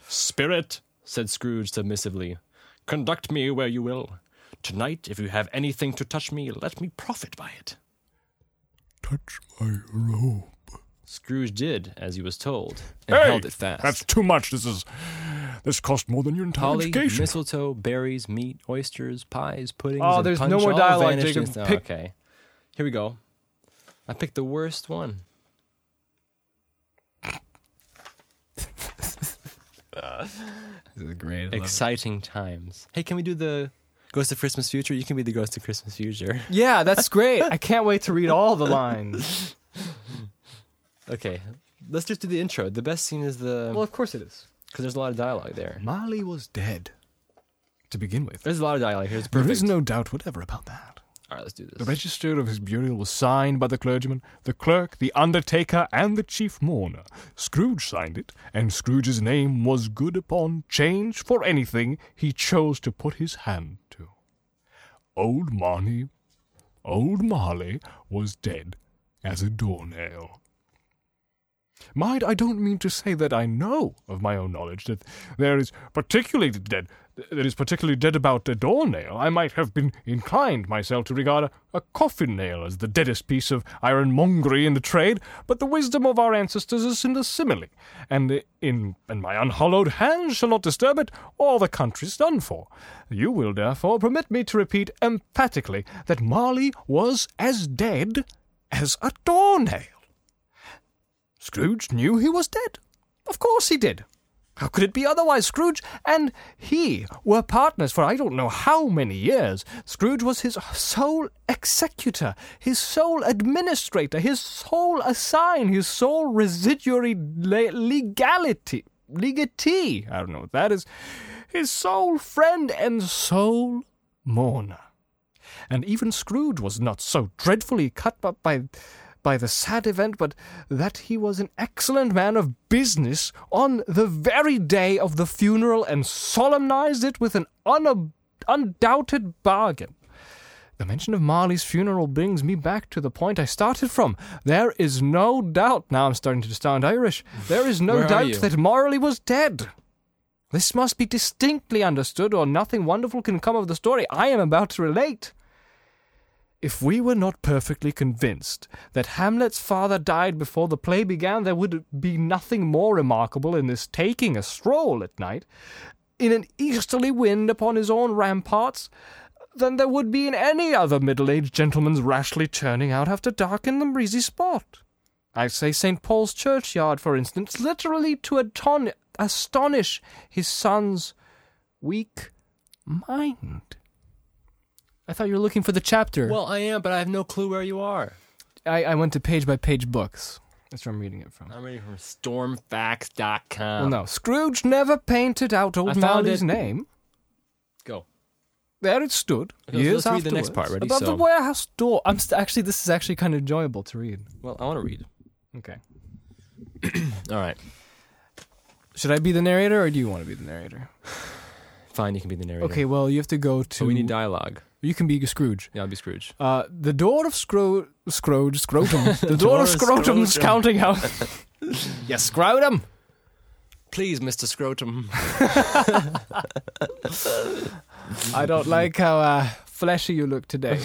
[SPEAKER 4] Spirit,
[SPEAKER 2] said Scrooge submissively. Conduct me where you will. Tonight, if you have anything to touch me, let me profit by it.
[SPEAKER 4] Touch my robe.
[SPEAKER 2] Scrooge did as he was told and
[SPEAKER 4] Hey,
[SPEAKER 2] held it fast.
[SPEAKER 4] that's too much. This is this cost more than your entire
[SPEAKER 2] Holly,
[SPEAKER 4] education.
[SPEAKER 2] mistletoe, berries, meat, oysters, pies, puddings.
[SPEAKER 1] Oh,
[SPEAKER 2] and
[SPEAKER 1] there's no
[SPEAKER 2] punch
[SPEAKER 1] more
[SPEAKER 2] all
[SPEAKER 1] dialogue,
[SPEAKER 2] vanished
[SPEAKER 1] Jacob.
[SPEAKER 2] instant-
[SPEAKER 1] Pick-
[SPEAKER 2] okay, here we go. I picked the worst one.
[SPEAKER 1] This is great.
[SPEAKER 2] Exciting times. Hey, can we do the Ghost of Christmas Future? You can be the Ghost of Christmas Future.
[SPEAKER 1] yeah, that's great. I can't wait to read all the lines.
[SPEAKER 2] okay, let's just do the intro. The best scene is the
[SPEAKER 1] well, of course it is.
[SPEAKER 2] because there's a lot of dialogue there.
[SPEAKER 5] Molly was dead to begin with.
[SPEAKER 2] There's a lot of dialogue here. It's perfect.
[SPEAKER 5] There is no doubt whatever about that.
[SPEAKER 2] All right, let's do this.
[SPEAKER 4] The register of his burial was signed by the clergyman, the clerk, the undertaker, and the chief mourner. Scrooge signed it, and Scrooge's name was good upon change for anything he chose to put his hand to. Old Marley, old Marley was dead as a doornail. Mind, I don't mean to say that I know of my own knowledge that there is particularly dead that is particularly dead about a doornail. I might have been inclined myself to regard a, a coffin nail as the deadest piece of ironmongery in the trade, but the wisdom of our ancestors is in the simile, and in and my unhallowed hand shall not disturb it, or the country's done for. You will therefore permit me to repeat emphatically that Marley was as dead as a doornail. Scrooge knew he was dead. Of course he did. How could it be otherwise? Scrooge and he were partners for I don't know how many years. Scrooge was his sole executor, his sole administrator, his sole assign, his sole residuary le- legality. Legatee, I don't know what that is. His sole friend and sole mourner and even Scrooge was not so dreadfully cut up by by the sad event, but that he was an excellent man of business on the very day of the funeral and solemnized it with an un- undoubted bargain. The mention of Marley's funeral brings me back to the point I started from. There is no doubt, now I'm starting to sound Irish, there is
[SPEAKER 2] Where
[SPEAKER 4] no
[SPEAKER 2] are
[SPEAKER 4] doubt
[SPEAKER 2] you?
[SPEAKER 4] that Marley was dead. This must be distinctly understood, or nothing wonderful can come of the story I am about to relate. If we were not perfectly convinced that Hamlet's father died before the play began, there would be nothing more remarkable in this taking a stroll at night in an easterly wind upon his own ramparts than there would be in any other middle aged gentleman's rashly turning out after dark in the breezy spot. I say St. Paul's Churchyard, for instance, literally to aton- astonish his son's weak mind.
[SPEAKER 1] I thought you were looking for the chapter.
[SPEAKER 2] well, I am, but I have no clue where you are.
[SPEAKER 1] I, I went to page by page books. That's where I'm reading it from.
[SPEAKER 2] I'm reading from stormfacts.com.
[SPEAKER 1] Well, no, Scrooge never painted out
[SPEAKER 2] I
[SPEAKER 1] old
[SPEAKER 2] found
[SPEAKER 1] Marley's
[SPEAKER 2] it.
[SPEAKER 1] name.
[SPEAKER 2] Go.
[SPEAKER 1] There it stood.
[SPEAKER 2] Okay, so
[SPEAKER 1] years
[SPEAKER 2] let's read the next
[SPEAKER 1] afterwards,
[SPEAKER 2] part, ready?
[SPEAKER 1] Above the
[SPEAKER 2] So-
[SPEAKER 1] warehouse door. I'm st- actually. This is actually kind of enjoyable to read.
[SPEAKER 2] Well, I want to read.
[SPEAKER 1] Okay.
[SPEAKER 2] All right.
[SPEAKER 1] Should I be the narrator, or do you want to be the narrator?
[SPEAKER 2] Fine, you can be the narrator.
[SPEAKER 1] Okay. Well, you have to go to.
[SPEAKER 2] So we need dialogue.
[SPEAKER 1] You can be Scrooge.
[SPEAKER 2] Yeah, I'll be Scrooge.
[SPEAKER 1] Uh, the door of Scro- Scrooge, Scrotum. The door
[SPEAKER 2] Door
[SPEAKER 1] of
[SPEAKER 2] of
[SPEAKER 1] Scrotum's
[SPEAKER 2] Scrotum.
[SPEAKER 1] counting house. you Scrotum.
[SPEAKER 2] Please, Mr. Scrotum.
[SPEAKER 1] I don't like how uh, fleshy you look today.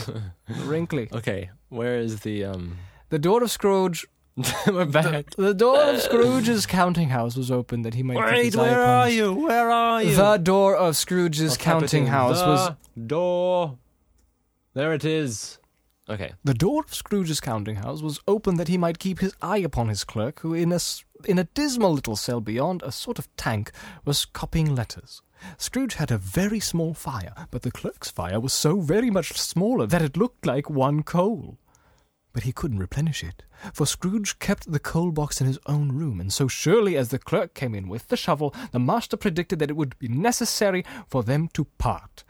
[SPEAKER 1] Wrinkly.
[SPEAKER 2] Okay, where is the um?
[SPEAKER 1] The door of Scrooge.
[SPEAKER 2] We're back.
[SPEAKER 1] The door of Scrooge's counting house was open that he might. put his eye upon his-
[SPEAKER 2] you? Uh, Where are
[SPEAKER 1] The door of Scrooge's counting house was
[SPEAKER 2] door. There it is. Okay.
[SPEAKER 1] the door of Scrooge's counting house was open that he might keep his eye upon his clerk, who in a s- in a dismal little cell beyond a sort of tank was copying letters. Scrooge had a very small fire, but the clerk's fire was so very much smaller that it looked like one coal. But he couldn't replenish it, for Scrooge kept the coal box in his own room, and so surely as the clerk came in with the shovel, the master predicted that it would be necessary for them to part.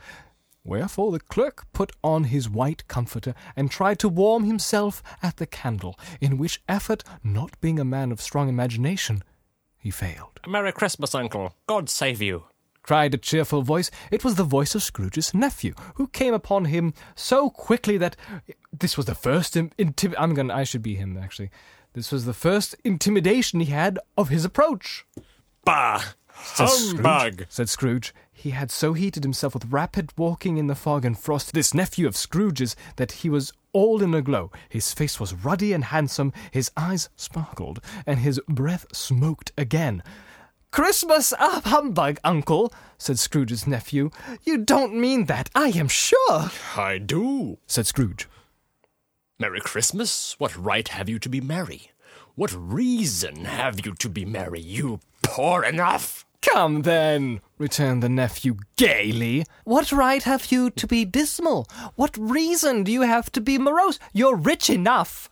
[SPEAKER 1] Wherefore the clerk put on his white comforter and tried to warm himself at the candle, in which effort, not being a man of strong imagination, he failed.
[SPEAKER 2] Merry Christmas, Uncle. God save you.
[SPEAKER 1] Cried a cheerful voice. It was the voice of Scrooge's nephew, who came upon him so quickly that this was the first Im- intim- I'm going. to I should be him actually. This was the first intimidation he had of his approach.
[SPEAKER 2] Bah.
[SPEAKER 4] said Scrooge-
[SPEAKER 6] Humbug.
[SPEAKER 4] said Scrooge. He had so heated himself with rapid walking in the fog and frost, this nephew of Scrooge's, that he was all in a glow. His face was ruddy and handsome, his eyes sparkled, and his breath smoked again. Christmas a humbug, uncle, said Scrooge's nephew. You don't mean that, I am sure,
[SPEAKER 6] I do.
[SPEAKER 4] said Scrooge.
[SPEAKER 6] Merry Christmas. What right have you to be merry? What reason have you to be merry, you poor enough?
[SPEAKER 4] Come then, returned the nephew gaily. What right have you to be dismal? What reason do you have to be morose? You're rich enough.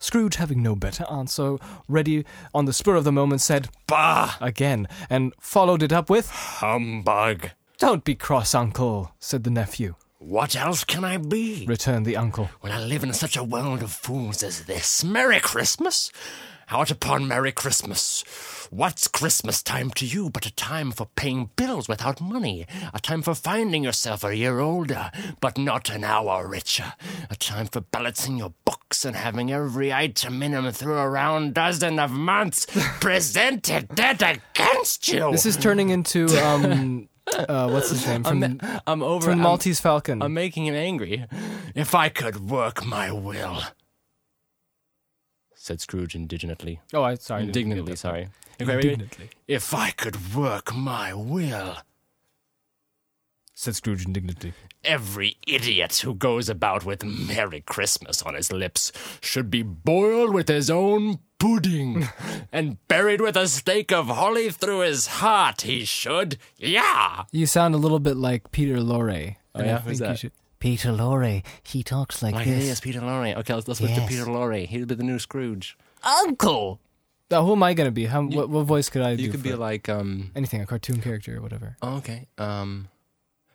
[SPEAKER 4] Scrooge, having no better answer ready on the spur of the moment, said,
[SPEAKER 6] Bah,
[SPEAKER 4] again, and followed it up with,
[SPEAKER 6] humbug.
[SPEAKER 4] Don't be cross, uncle, said the nephew.
[SPEAKER 6] What else can I be
[SPEAKER 4] Returned the uncle.
[SPEAKER 6] when I live in such a world of fools as this? Merry Christmas! Out upon Merry Christmas! What's Christmas time to you but a time for paying bills without money? A time for finding yourself a year older, but not an hour richer? A time for balancing your books and having every item in them through a round dozen of months presented dead against you!
[SPEAKER 1] This is turning into um, uh, what's his name from
[SPEAKER 2] I'm over.
[SPEAKER 1] from
[SPEAKER 2] I'm,
[SPEAKER 1] Maltese Falcon.
[SPEAKER 2] I'm making him angry.
[SPEAKER 6] If I could work my will.
[SPEAKER 2] Said Scrooge indignantly.
[SPEAKER 1] oh, I sorry. I didn't get
[SPEAKER 2] Indignantly,
[SPEAKER 1] that.
[SPEAKER 2] sorry.
[SPEAKER 1] Indignantly.
[SPEAKER 6] If I could work my will.
[SPEAKER 4] Said Scrooge indignantly.
[SPEAKER 6] Every idiot who goes about with Merry Christmas on his lips should be boiled with his own pudding and buried with a stake of holly through his heart, he should. Yeah!
[SPEAKER 1] You sound a little bit like Peter Lorre. and
[SPEAKER 2] Oh, yeah?
[SPEAKER 1] I
[SPEAKER 2] Who's
[SPEAKER 1] think you
[SPEAKER 2] that?
[SPEAKER 1] should.
[SPEAKER 7] Peter Lorre, he talks like,
[SPEAKER 2] Like
[SPEAKER 7] this.
[SPEAKER 2] yes, Peter Lorre. Okay, let's, let's switch to
[SPEAKER 7] Yes.
[SPEAKER 2] Peter Lorre. He'll be the new Scrooge.
[SPEAKER 6] Uncle!
[SPEAKER 1] Uh, who am I gonna be? How, what, what voice could I do?
[SPEAKER 2] You could
[SPEAKER 1] for
[SPEAKER 2] be
[SPEAKER 1] it?
[SPEAKER 2] like, um,
[SPEAKER 1] anything, a cartoon character or whatever.
[SPEAKER 2] oh, okay, um,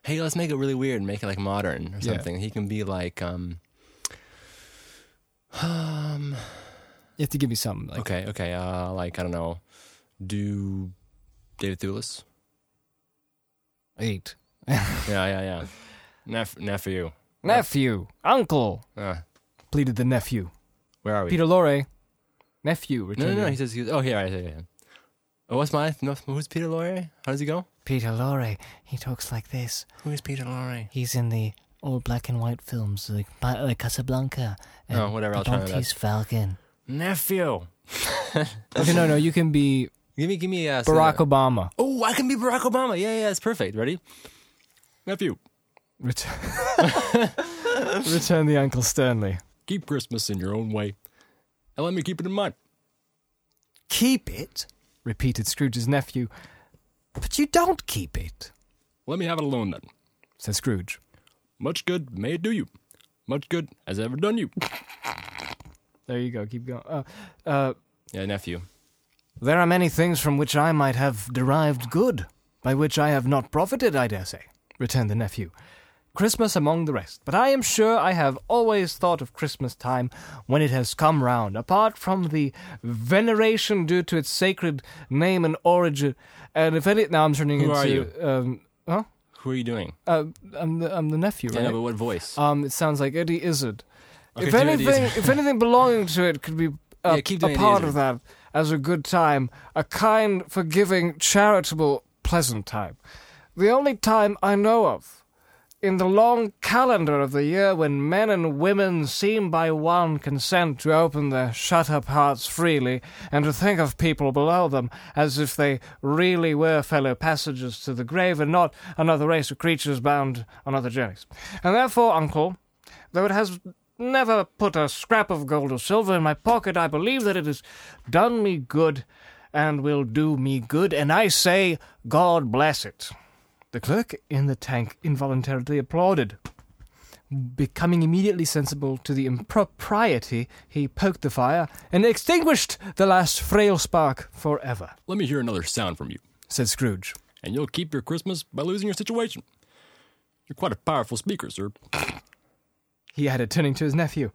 [SPEAKER 2] hey, let's make it really weird. Make it like modern or
[SPEAKER 1] Yeah.
[SPEAKER 2] something. He can be like, um, um,
[SPEAKER 1] You have to give me something. Like,
[SPEAKER 2] okay, okay, uh, like I don't know, do David Thewlis?
[SPEAKER 1] Eight.
[SPEAKER 2] Yeah, yeah, yeah. Not, f- not for you.
[SPEAKER 1] Nephew, uncle,
[SPEAKER 2] Uh,
[SPEAKER 4] Pleaded the nephew.
[SPEAKER 2] where are we?
[SPEAKER 1] Peter Lorre, nephew.
[SPEAKER 2] no,
[SPEAKER 1] Returned
[SPEAKER 2] no, no. He says, he goes, oh, here, I yeah, yeah. Oh, what's my? No, who's Peter Lorre? How does he go?
[SPEAKER 7] Peter Lorre, he talks like this.
[SPEAKER 2] Who is Peter Lorre?
[SPEAKER 7] He's in the old black and white films like, Pa- like Casablanca. And
[SPEAKER 2] Oh, whatever,
[SPEAKER 7] The
[SPEAKER 2] I'll try my best.
[SPEAKER 7] Maltese Falcon.
[SPEAKER 6] Nephew!
[SPEAKER 1] okay, no, no. You can be
[SPEAKER 2] Give me, give me uh,
[SPEAKER 1] Barack
[SPEAKER 2] Obama.
[SPEAKER 1] Obama.
[SPEAKER 2] Oh, I can be Barack Obama. Yeah, yeah, it's perfect. Ready? Nephew,
[SPEAKER 4] Ret- returned the uncle sternly.
[SPEAKER 2] keep Christmas in your own way. And let me keep it in mind.
[SPEAKER 4] Keep it? repeated Scrooge's nephew. But you don't keep it,
[SPEAKER 2] Let me have it alone then.
[SPEAKER 4] said Scrooge.
[SPEAKER 2] Much good may it do you. Much good has ever done you.
[SPEAKER 4] There you go, keep going. Uh, uh,
[SPEAKER 2] Yeah, nephew.
[SPEAKER 4] there are many things from which I might have derived good, by which I have not profited, I dare say, returned the nephew. Christmas among the rest, but I am sure I have always thought of Christmas time when it has come round, apart from the veneration due to its sacred name and origin. And if any, now I'm turning
[SPEAKER 2] Who
[SPEAKER 4] into
[SPEAKER 2] are you?
[SPEAKER 4] um, huh?
[SPEAKER 2] Who are you doing? Oh,
[SPEAKER 4] Uh, I'm the I'm the nephew,
[SPEAKER 2] Yeah,
[SPEAKER 4] right?
[SPEAKER 2] no, but what voice?
[SPEAKER 4] Um, it sounds like Eddie Izzard.
[SPEAKER 2] Okay,
[SPEAKER 4] if
[SPEAKER 2] do Eddie
[SPEAKER 4] anything,
[SPEAKER 2] Izzard.
[SPEAKER 4] if anything belonging to it could be a,
[SPEAKER 2] Yeah, keep
[SPEAKER 4] a
[SPEAKER 2] doing Eddie
[SPEAKER 4] part of that as a good time, a kind, forgiving, charitable, pleasant time. The only time I know of in the long calendar of the year when men and women seem by one consent to open their shut up hearts freely and to think of people below them as if they really were fellow passengers to the grave and not another race of creatures bound on other journeys. And therefore, Uncle, though it has never put a scrap of gold or silver in my pocket, I believe that it has done me good and will do me good, and I say, God bless it. The clerk in the tank involuntarily applauded. Becoming immediately sensible to the impropriety, he poked the fire and extinguished the last frail spark forever,
[SPEAKER 2] Let me hear another sound from you,
[SPEAKER 4] said Scrooge.
[SPEAKER 2] and you'll keep your Christmas by losing your situation. You're quite a powerful speaker, sir.
[SPEAKER 4] He added, turning to his nephew.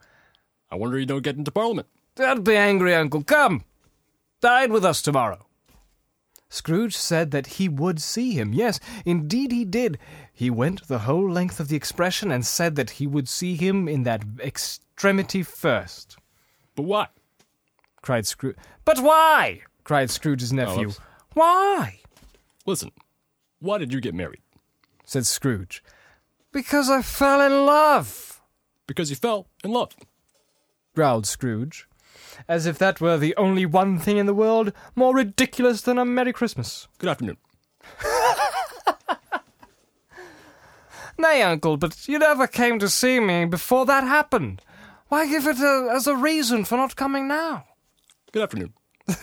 [SPEAKER 2] I wonder you don't get into Parliament.
[SPEAKER 4] Don't be angry, Uncle. Come. Dine with us tomorrow. Scrooge said that he would see him. Yes, indeed he did. He went the whole length of the expression and said that he would see him in that extremity first,
[SPEAKER 2] But why?
[SPEAKER 4] cried Scrooge. But why? cried Scrooge's nephew.
[SPEAKER 2] oops.
[SPEAKER 4] why?
[SPEAKER 6] Listen, why did you get married?
[SPEAKER 4] said Scrooge. Because I fell in love,
[SPEAKER 6] Because you fell in love.
[SPEAKER 4] growled Scrooge, as if that were the only one thing in the world more ridiculous than a Merry Christmas.
[SPEAKER 6] Good afternoon.
[SPEAKER 4] Nay, uncle, but you never came to see me before that happened. Why give it a, as a reason for not coming now?
[SPEAKER 6] Good afternoon.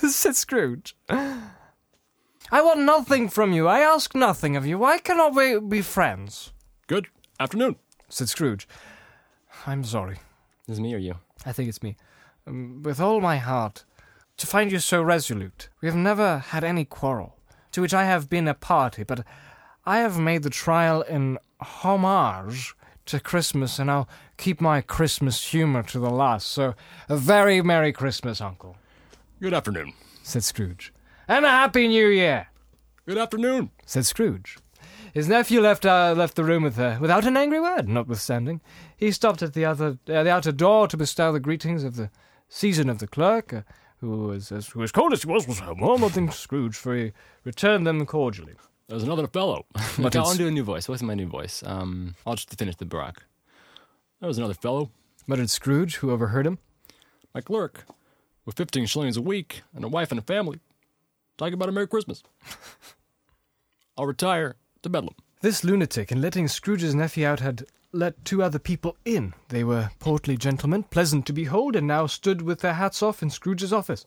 [SPEAKER 4] said Scrooge. I want nothing from you. I ask nothing of you. Why cannot we be friends?
[SPEAKER 6] Good afternoon.
[SPEAKER 4] said Scrooge. I'm sorry.
[SPEAKER 6] Is it me or you?
[SPEAKER 4] I think it's me. Um, with all my heart, to find you so resolute. We have never had any quarrel, to which I have been a party, but I have made the trial in homage to Christmas, and I'll keep my Christmas humour to the last. So, a very Merry Christmas, Uncle,
[SPEAKER 6] Good afternoon.
[SPEAKER 4] said Scrooge. And a Happy New Year,
[SPEAKER 6] Good afternoon.
[SPEAKER 4] said Scrooge. His nephew left uh, left the room with her without an angry word. Notwithstanding, he stopped at the other uh, the outer door to bestow the greetings of the season of the clerk, uh, who was as, who was cold as he was was warmer than Scrooge, for he returned them cordially.
[SPEAKER 6] There's another fellow.
[SPEAKER 4] But
[SPEAKER 6] But
[SPEAKER 4] it's-
[SPEAKER 6] I'll do a new voice. What's my new voice? Um, I'll just finish the Barack. There was another fellow,
[SPEAKER 4] Muttered Scrooge, who overheard him.
[SPEAKER 6] my clerk, with 15 shillings a week and a wife and a family, talking about a Merry Christmas. I'll retire to Bedlam.
[SPEAKER 4] This lunatic, in letting Scrooge's nephew out, had let two other people in. They were portly gentlemen, pleasant to behold, and now stood with their hats off in Scrooge's office.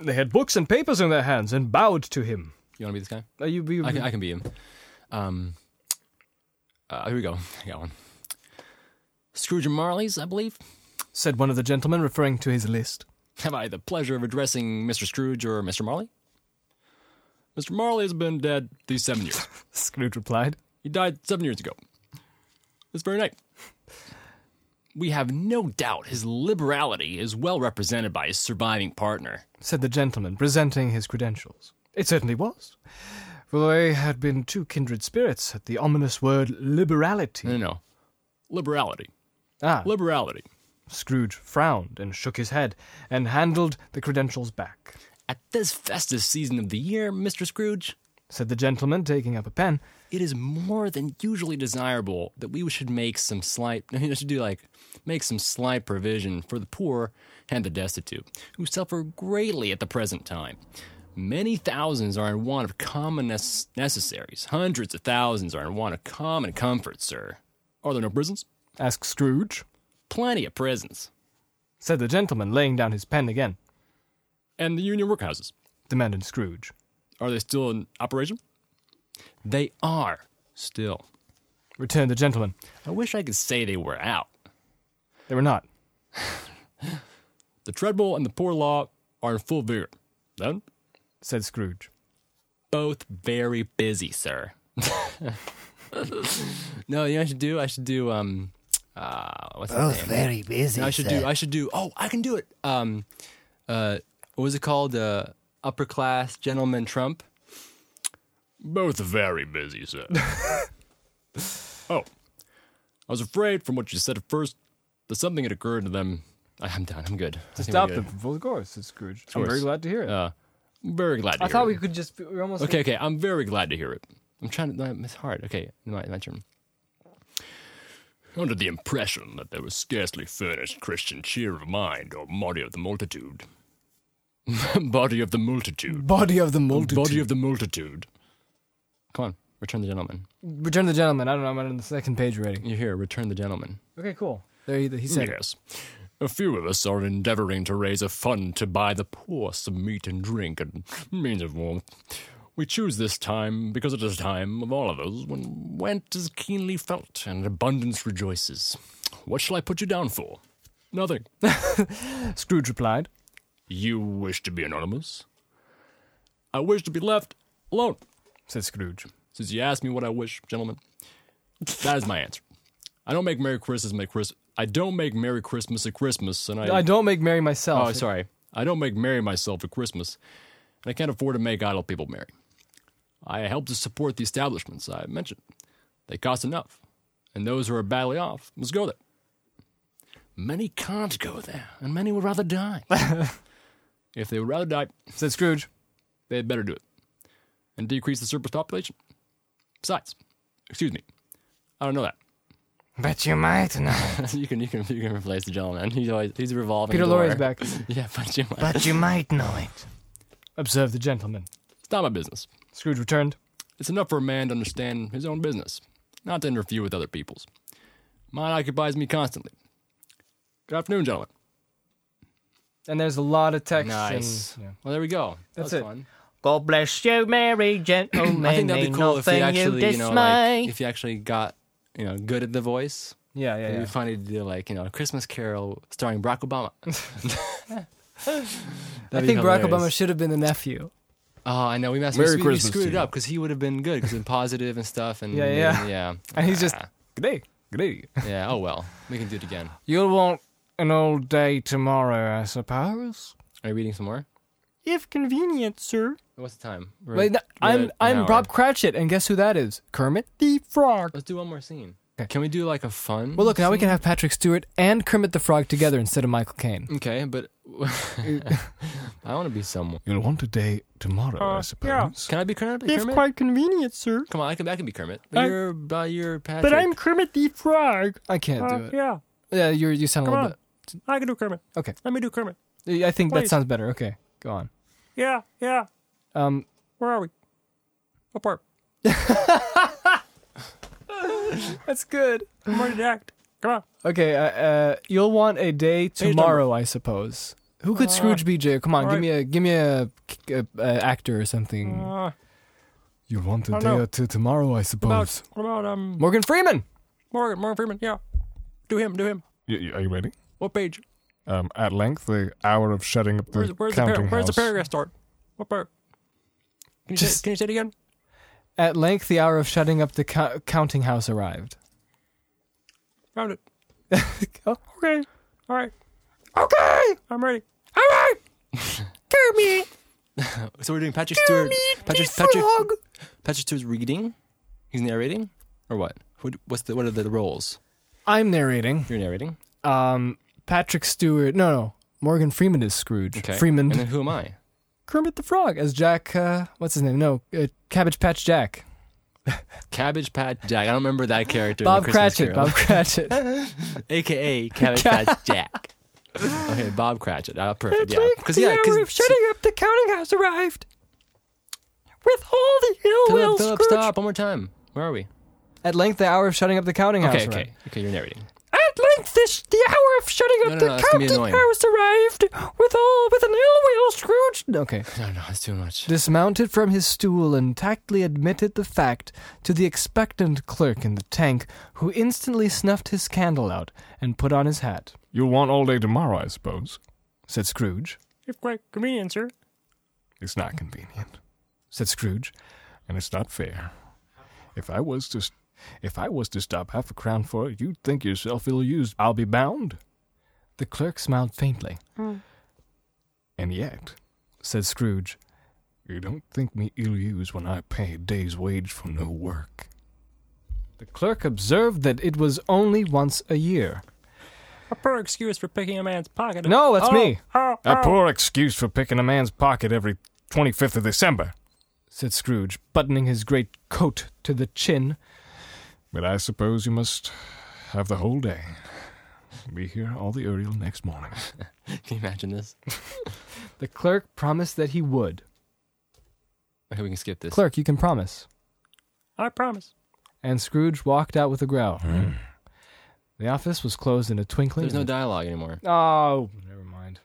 [SPEAKER 4] They had books and papers in their hands and bowed to him.
[SPEAKER 6] You want to be this guy?
[SPEAKER 4] Are you, you
[SPEAKER 6] I can, I can be him. Um, uh, here we go. I got one. Scrooge and Marley's, I believe.
[SPEAKER 4] said one of the gentlemen, referring to his list.
[SPEAKER 6] Have I the pleasure of addressing Mr. Scrooge or Mr. Marley? Mr. Marley has been dead these seven years.
[SPEAKER 4] Scrooge replied.
[SPEAKER 6] He died seven years ago. This very night. We have no doubt his liberality is well represented by his surviving partner.
[SPEAKER 4] said the gentleman, presenting his credentials. It certainly was. For they had been two kindred spirits at the ominous word liberality.
[SPEAKER 6] No, no, no. Liberality.
[SPEAKER 4] Ah,
[SPEAKER 6] Liberality.
[SPEAKER 4] Scrooge frowned and shook his head and handled the credentials back,
[SPEAKER 6] At this festive season of the year, Mr. Scrooge,
[SPEAKER 4] said the gentleman, taking up a pen.
[SPEAKER 6] it is more than usually desirable that we should make some slight I should do like make some slight provision for the poor and the destitute who suffer greatly at the present time many thousands are in want of common nes- necessaries hundreds of thousands are in want of common comforts sir are there no prisons
[SPEAKER 4] Asked Scrooge,
[SPEAKER 6] plenty of prisons
[SPEAKER 4] said the gentleman, laying down his pen again,
[SPEAKER 6] and the union workhouses
[SPEAKER 4] demanded Scrooge,
[SPEAKER 6] are they still in operation they are still
[SPEAKER 4] returned the gentleman.
[SPEAKER 6] i wish i could say they were out
[SPEAKER 4] They were not.
[SPEAKER 6] The treadmill and the poor law are in full vigor. Then
[SPEAKER 4] said Scrooge.
[SPEAKER 6] both very busy, sir. no, you know what I should do? I should do um uh what's both name? very busy. I should do I should do oh I can do it. Um uh what was it called? Uh upper class gentleman Trump? Both very busy, sir. oh. I was afraid from what you said at first that something had occurred to them. I- I'm done. I'm good. I think we're
[SPEAKER 4] Stop
[SPEAKER 6] good.
[SPEAKER 4] them, of course, said Scrooge. I'm
[SPEAKER 6] course.
[SPEAKER 4] very glad to hear it.
[SPEAKER 6] Uh, I'm very glad. To
[SPEAKER 4] I
[SPEAKER 6] hear
[SPEAKER 4] thought
[SPEAKER 6] it.
[SPEAKER 4] we could just, we almost
[SPEAKER 6] Okay, okay. I'm very glad to hear it. I'm trying to. It's hard. Okay, my, my turn. Under the impression that there was scarcely furnished Christian cheer of mind or body of the multitude. body of the multitude.
[SPEAKER 4] Body of the multitude.
[SPEAKER 6] Body of the multitude. Come on, return the gentleman.
[SPEAKER 4] Return the gentleman. I don't know. I'm on the second page already.
[SPEAKER 6] You're here, return the gentleman.
[SPEAKER 4] Okay, cool. There he, he said. it.
[SPEAKER 6] Yes. A few of us are endeavoring to raise a fund to buy the poor some meat and drink and means of warmth. We choose this time because it is a time of all of us when want is keenly felt and abundance rejoices. What shall I put you down for? Nothing.
[SPEAKER 4] Scrooge replied.
[SPEAKER 6] you wish to be anonymous? I wish to be left alone.
[SPEAKER 4] Said Scrooge.
[SPEAKER 6] Since you asked me what I wish, gentlemen, that is my answer. I don't make Merry Christmas my Chris. I don't make Merry Christmas a Christmas, and
[SPEAKER 4] I don't make merry myself.
[SPEAKER 6] Oh, sorry. I don't make merry myself at Christmas, and I can't afford to make idle people merry. I help to support the establishments I mentioned. They cost enough, and those who are badly off must go there. Many can't go there, and many would rather die. if they would rather die,
[SPEAKER 4] Said Scrooge.
[SPEAKER 6] they'd better do it.
[SPEAKER 2] and decrease the surplus population. Besides, excuse me, I don't know that.
[SPEAKER 4] But you might know.
[SPEAKER 2] you can you can you can replace the gentleman. He's always he's a revolving.
[SPEAKER 4] Peter
[SPEAKER 2] door.
[SPEAKER 4] Lorre's back.
[SPEAKER 2] Yeah, but you might.
[SPEAKER 4] But you might know it. Observed the gentleman.
[SPEAKER 2] It's not my business.
[SPEAKER 4] Scrooge returned.
[SPEAKER 2] It's enough for a man to understand his own business, not to interfere with other people's. Mine occupies me constantly. Good afternoon, gentlemen.
[SPEAKER 4] And there's a lot of text.
[SPEAKER 2] Nice.
[SPEAKER 4] And, yeah.
[SPEAKER 2] Well, there we go.
[SPEAKER 4] That's
[SPEAKER 2] that was
[SPEAKER 4] it. Oh,
[SPEAKER 2] fun.
[SPEAKER 8] God bless you, merry gentlemen.
[SPEAKER 2] I think that'd be cool if they actually, you know, like,
[SPEAKER 8] if
[SPEAKER 2] if you actually got, you know, good at the voice.
[SPEAKER 4] yeah,
[SPEAKER 2] It'd
[SPEAKER 4] yeah,
[SPEAKER 2] be
[SPEAKER 4] yeah.
[SPEAKER 2] funny to do like, you know, a Christmas Carol starring Barack Obama.
[SPEAKER 4] I
[SPEAKER 2] That'd be
[SPEAKER 4] think Barack Obama
[SPEAKER 2] hilarious.
[SPEAKER 4] should have been the nephew.
[SPEAKER 2] Oh, I know. We messed.
[SPEAKER 9] Merry
[SPEAKER 2] we,
[SPEAKER 9] Christmas
[SPEAKER 2] We screwed it
[SPEAKER 9] to you.
[SPEAKER 2] up because he would have been good because been positive and stuff. And
[SPEAKER 4] Yeah, yeah.
[SPEAKER 2] yeah.
[SPEAKER 4] And he's just-
[SPEAKER 2] Ah,
[SPEAKER 9] Good day. Good day.
[SPEAKER 2] yeah. Oh well, we can do it again.
[SPEAKER 4] You'll want an old day tomorrow, I suppose.
[SPEAKER 2] Are you reading some more?
[SPEAKER 4] If convenient, sir.
[SPEAKER 2] What's the time? We're-
[SPEAKER 4] Wait, no,
[SPEAKER 2] we're at
[SPEAKER 4] I'm
[SPEAKER 2] an
[SPEAKER 4] I'm
[SPEAKER 2] hour.
[SPEAKER 4] Bob Cratchit, and guess who that is? Kermit the Frog.
[SPEAKER 2] Let's do one more scene.
[SPEAKER 4] Okay.
[SPEAKER 2] Can we do like a fun?
[SPEAKER 4] Well, look, now we can have Patrick Stewart and Kermit the Frog together instead of Michael Caine.
[SPEAKER 2] Okay, but I want to be someone.
[SPEAKER 9] You'll want a day tomorrow,
[SPEAKER 6] Uh,
[SPEAKER 9] I suppose.
[SPEAKER 2] Can I be Kermit? Kermit?
[SPEAKER 4] quite convenient, sir.
[SPEAKER 2] Come on, I can. I can be Kermit. But
[SPEAKER 4] I-
[SPEAKER 2] you're, but you're Patrick.
[SPEAKER 4] Kermit the Frog. I can't do it.
[SPEAKER 9] Uh, yeah.
[SPEAKER 4] Yeah, you you sound a little
[SPEAKER 9] I can do Kermit.
[SPEAKER 4] Okay.
[SPEAKER 9] Let me do Kermit.
[SPEAKER 4] bit. I think that
[SPEAKER 9] Please.
[SPEAKER 4] sounds better. Okay, go on.
[SPEAKER 9] Yeah, yeah.
[SPEAKER 4] Um,
[SPEAKER 9] Where are we? What part?
[SPEAKER 4] that's good.
[SPEAKER 9] I'm ready to act. Come on.
[SPEAKER 4] Okay, uh, uh, you'll want a day tomorrow, I suppose. Who could Scrooge be? Jay? Come on, give
[SPEAKER 9] Uh, alright.
[SPEAKER 4] me a give me a, a, a actor or something.
[SPEAKER 9] Uh, You'll want a I day know. or two tomorrow, I Oh, about, suppose.
[SPEAKER 6] What about um
[SPEAKER 4] Morgan Freeman.
[SPEAKER 6] Morgan Morgan Freeman? Yeah, do him, do him.
[SPEAKER 9] are you ready?
[SPEAKER 6] What page?
[SPEAKER 9] Um, at length, the hour of shutting up the
[SPEAKER 6] Where's, where's, the, par-
[SPEAKER 9] counting
[SPEAKER 6] where's the
[SPEAKER 9] house.
[SPEAKER 6] paragraph start? What part? Can you,
[SPEAKER 4] Just-
[SPEAKER 6] say, can you say it again?
[SPEAKER 4] At length, the hour of shutting up the co- counting house arrived.
[SPEAKER 6] Found it.
[SPEAKER 4] Oh,
[SPEAKER 6] Okay. All right. Okay. I'm ready.
[SPEAKER 2] So we're doing Patrick Stewart. Patrick, Patrick, Patrick Stewart's reading. He's narrating, or what? What- What's the what are the roles?
[SPEAKER 4] I'm narrating.
[SPEAKER 2] You're narrating.
[SPEAKER 4] Um, Patrick Stewart. No, no. Morgan Freeman is Scrooge.
[SPEAKER 2] Okay.
[SPEAKER 4] Freeman.
[SPEAKER 2] And then who am I?
[SPEAKER 4] Kermit the Frog as Jack. Uh, what's his name? No, uh, Cabbage Patch Jack.
[SPEAKER 2] Cabbage Patch Jack. I don't remember that character. in
[SPEAKER 4] Bob
[SPEAKER 2] the Christmas
[SPEAKER 4] Cratchit.
[SPEAKER 2] Carol.
[SPEAKER 4] Bob Cratchit.
[SPEAKER 2] AKA Cabbage Patch Jack. Okay, Bob Cratchit. Ah, perfect. Yeah, because yeah, because
[SPEAKER 4] up the counting house arrived. With all the ill
[SPEAKER 2] Philip, Philip, stop one more time. Where are we?
[SPEAKER 4] At length, the hour of shutting up the counting house
[SPEAKER 2] Okay, okay,
[SPEAKER 4] arrived.
[SPEAKER 2] okay. You're narrating.
[SPEAKER 4] At length, this, the hour of shutting
[SPEAKER 2] No, no, no, that's gonna be annoying.
[SPEAKER 4] arrived with all with an ill will Scrooge. Okay.
[SPEAKER 2] No, no, it's too much.
[SPEAKER 4] Dismounted from his stool and tactly admitted the fact to the expectant clerk in the tank, who instantly snuffed his candle out and put on his hat.
[SPEAKER 9] You'll want all day tomorrow, I suppose.
[SPEAKER 4] Said Scrooge.
[SPEAKER 6] If quite convenient, sir.
[SPEAKER 9] It's not convenient,
[SPEAKER 4] Said Scrooge.
[SPEAKER 9] and it's not fair. If I was to, st- if I was to stop half a crown for it, you'd think yourself ill-used. I'll be bound.
[SPEAKER 4] The clerk smiled faintly.
[SPEAKER 9] And yet,
[SPEAKER 4] Said Scrooge.
[SPEAKER 9] you don't think me ill-used when I pay a day's wage for no work.
[SPEAKER 4] The clerk observed that it was only once a year.
[SPEAKER 6] A poor excuse for picking a man's pocket.
[SPEAKER 4] No, that's me,
[SPEAKER 6] Oh,
[SPEAKER 9] A poor excuse for picking a man's pocket every twenty-fifth of December.
[SPEAKER 4] said Scrooge, buttoning his great coat to the chin.
[SPEAKER 9] But I suppose you must have the whole day. Be here all the earlier next morning.
[SPEAKER 2] Can you imagine this?
[SPEAKER 4] The clerk promised that he would.
[SPEAKER 2] Okay, we can skip this.
[SPEAKER 4] Clerk, you can promise.
[SPEAKER 6] I promise.
[SPEAKER 4] And Scrooge walked out with a growl. The office was closed in a twinkling.
[SPEAKER 2] Hmm. There's no dialogue anymore.
[SPEAKER 4] oh, never mind.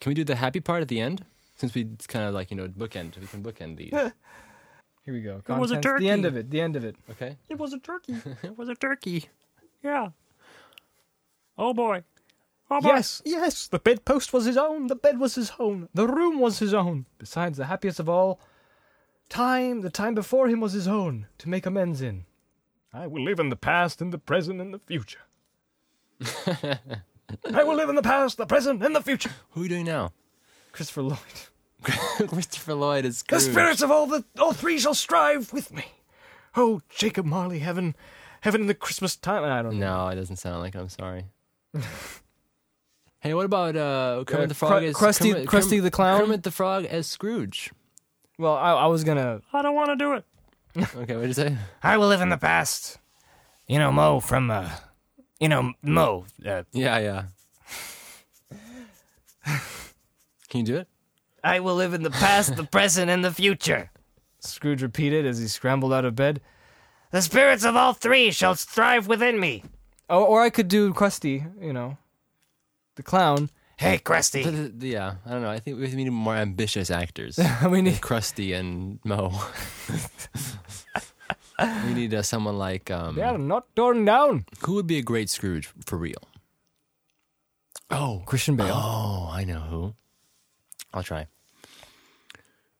[SPEAKER 2] Can we do the happy part at the end? Since we kind of like you know bookend, we can bookend these.
[SPEAKER 4] Here we go.
[SPEAKER 6] was a
[SPEAKER 4] Contents.
[SPEAKER 6] turkey.
[SPEAKER 4] The end of it. The end of it.
[SPEAKER 2] Okay.
[SPEAKER 6] It was a turkey. it was a turkey. Yeah. Oh boy. Oh boy.
[SPEAKER 4] Yes, yes. The bedpost was his own. The bed was his own. The room was his own. Besides, the happiest of all, time, the time before him was his own to make amends in.
[SPEAKER 9] I will live in the past, in the present, and the future.
[SPEAKER 4] I will live in the past, the present, and the future.
[SPEAKER 2] Who are you doing now?
[SPEAKER 4] Christopher Lloyd.
[SPEAKER 2] Christopher Lloyd is
[SPEAKER 9] The
[SPEAKER 2] Scrooge.
[SPEAKER 9] spirits of all the all three shall strive with me. Oh, Jacob Marley, heaven, heaven in the Christmas time. I don't know.
[SPEAKER 2] No, it doesn't sound like it. I'm sorry. hey, what about uh, Kermit
[SPEAKER 4] Uh,
[SPEAKER 2] the Frog
[SPEAKER 4] Cru-
[SPEAKER 2] as
[SPEAKER 4] Krusty-
[SPEAKER 2] Kermit,
[SPEAKER 4] Krusty the Clown?
[SPEAKER 2] Kermit the Frog as Scrooge.
[SPEAKER 1] Well, I, I was gonna.
[SPEAKER 10] I don't want to do it.
[SPEAKER 2] Okay, what did you say?
[SPEAKER 10] I will live in the past. You know, Mo from, uh, you know, Mo. Uh,
[SPEAKER 2] Yeah, yeah. Can you do it?
[SPEAKER 10] I will live in the past, the present, and the future.
[SPEAKER 1] Scrooge repeated as he scrambled out of bed.
[SPEAKER 10] The spirits of all three shall thrive within me.
[SPEAKER 1] Oh, or I could do Krusty, you know, the clown.
[SPEAKER 10] Hey, Krusty.
[SPEAKER 2] Th- th- Yeah, I don't know. I think we need more ambitious actors.
[SPEAKER 1] I mean, he-
[SPEAKER 2] Krusty and Mo. we need uh, someone like um,
[SPEAKER 1] they are not torn down.
[SPEAKER 2] who would be a great Scrooge for real? Oh,
[SPEAKER 1] Christian Bale.
[SPEAKER 2] oh, I know who. I'll try.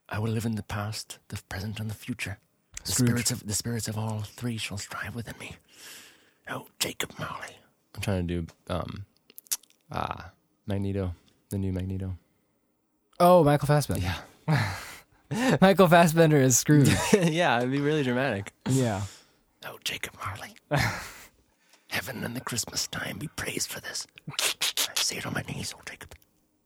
[SPEAKER 6] I will live in the past, the present, and the future. The
[SPEAKER 1] Scrooge.
[SPEAKER 6] spirits of the spirits of all three shall strive within me. Oh, Jacob Marley.
[SPEAKER 2] I'm trying to do um, ah, Magneto, the new Magneto.
[SPEAKER 1] Oh, Michael Fassbender. Yeah. Michael Fassbender is Scrooge.
[SPEAKER 2] yeah, it'd be really dramatic.
[SPEAKER 1] yeah.
[SPEAKER 6] Oh, Jacob Marley. Heaven and the Christmas time be praised for this. I say it on my knees, oh Jacob.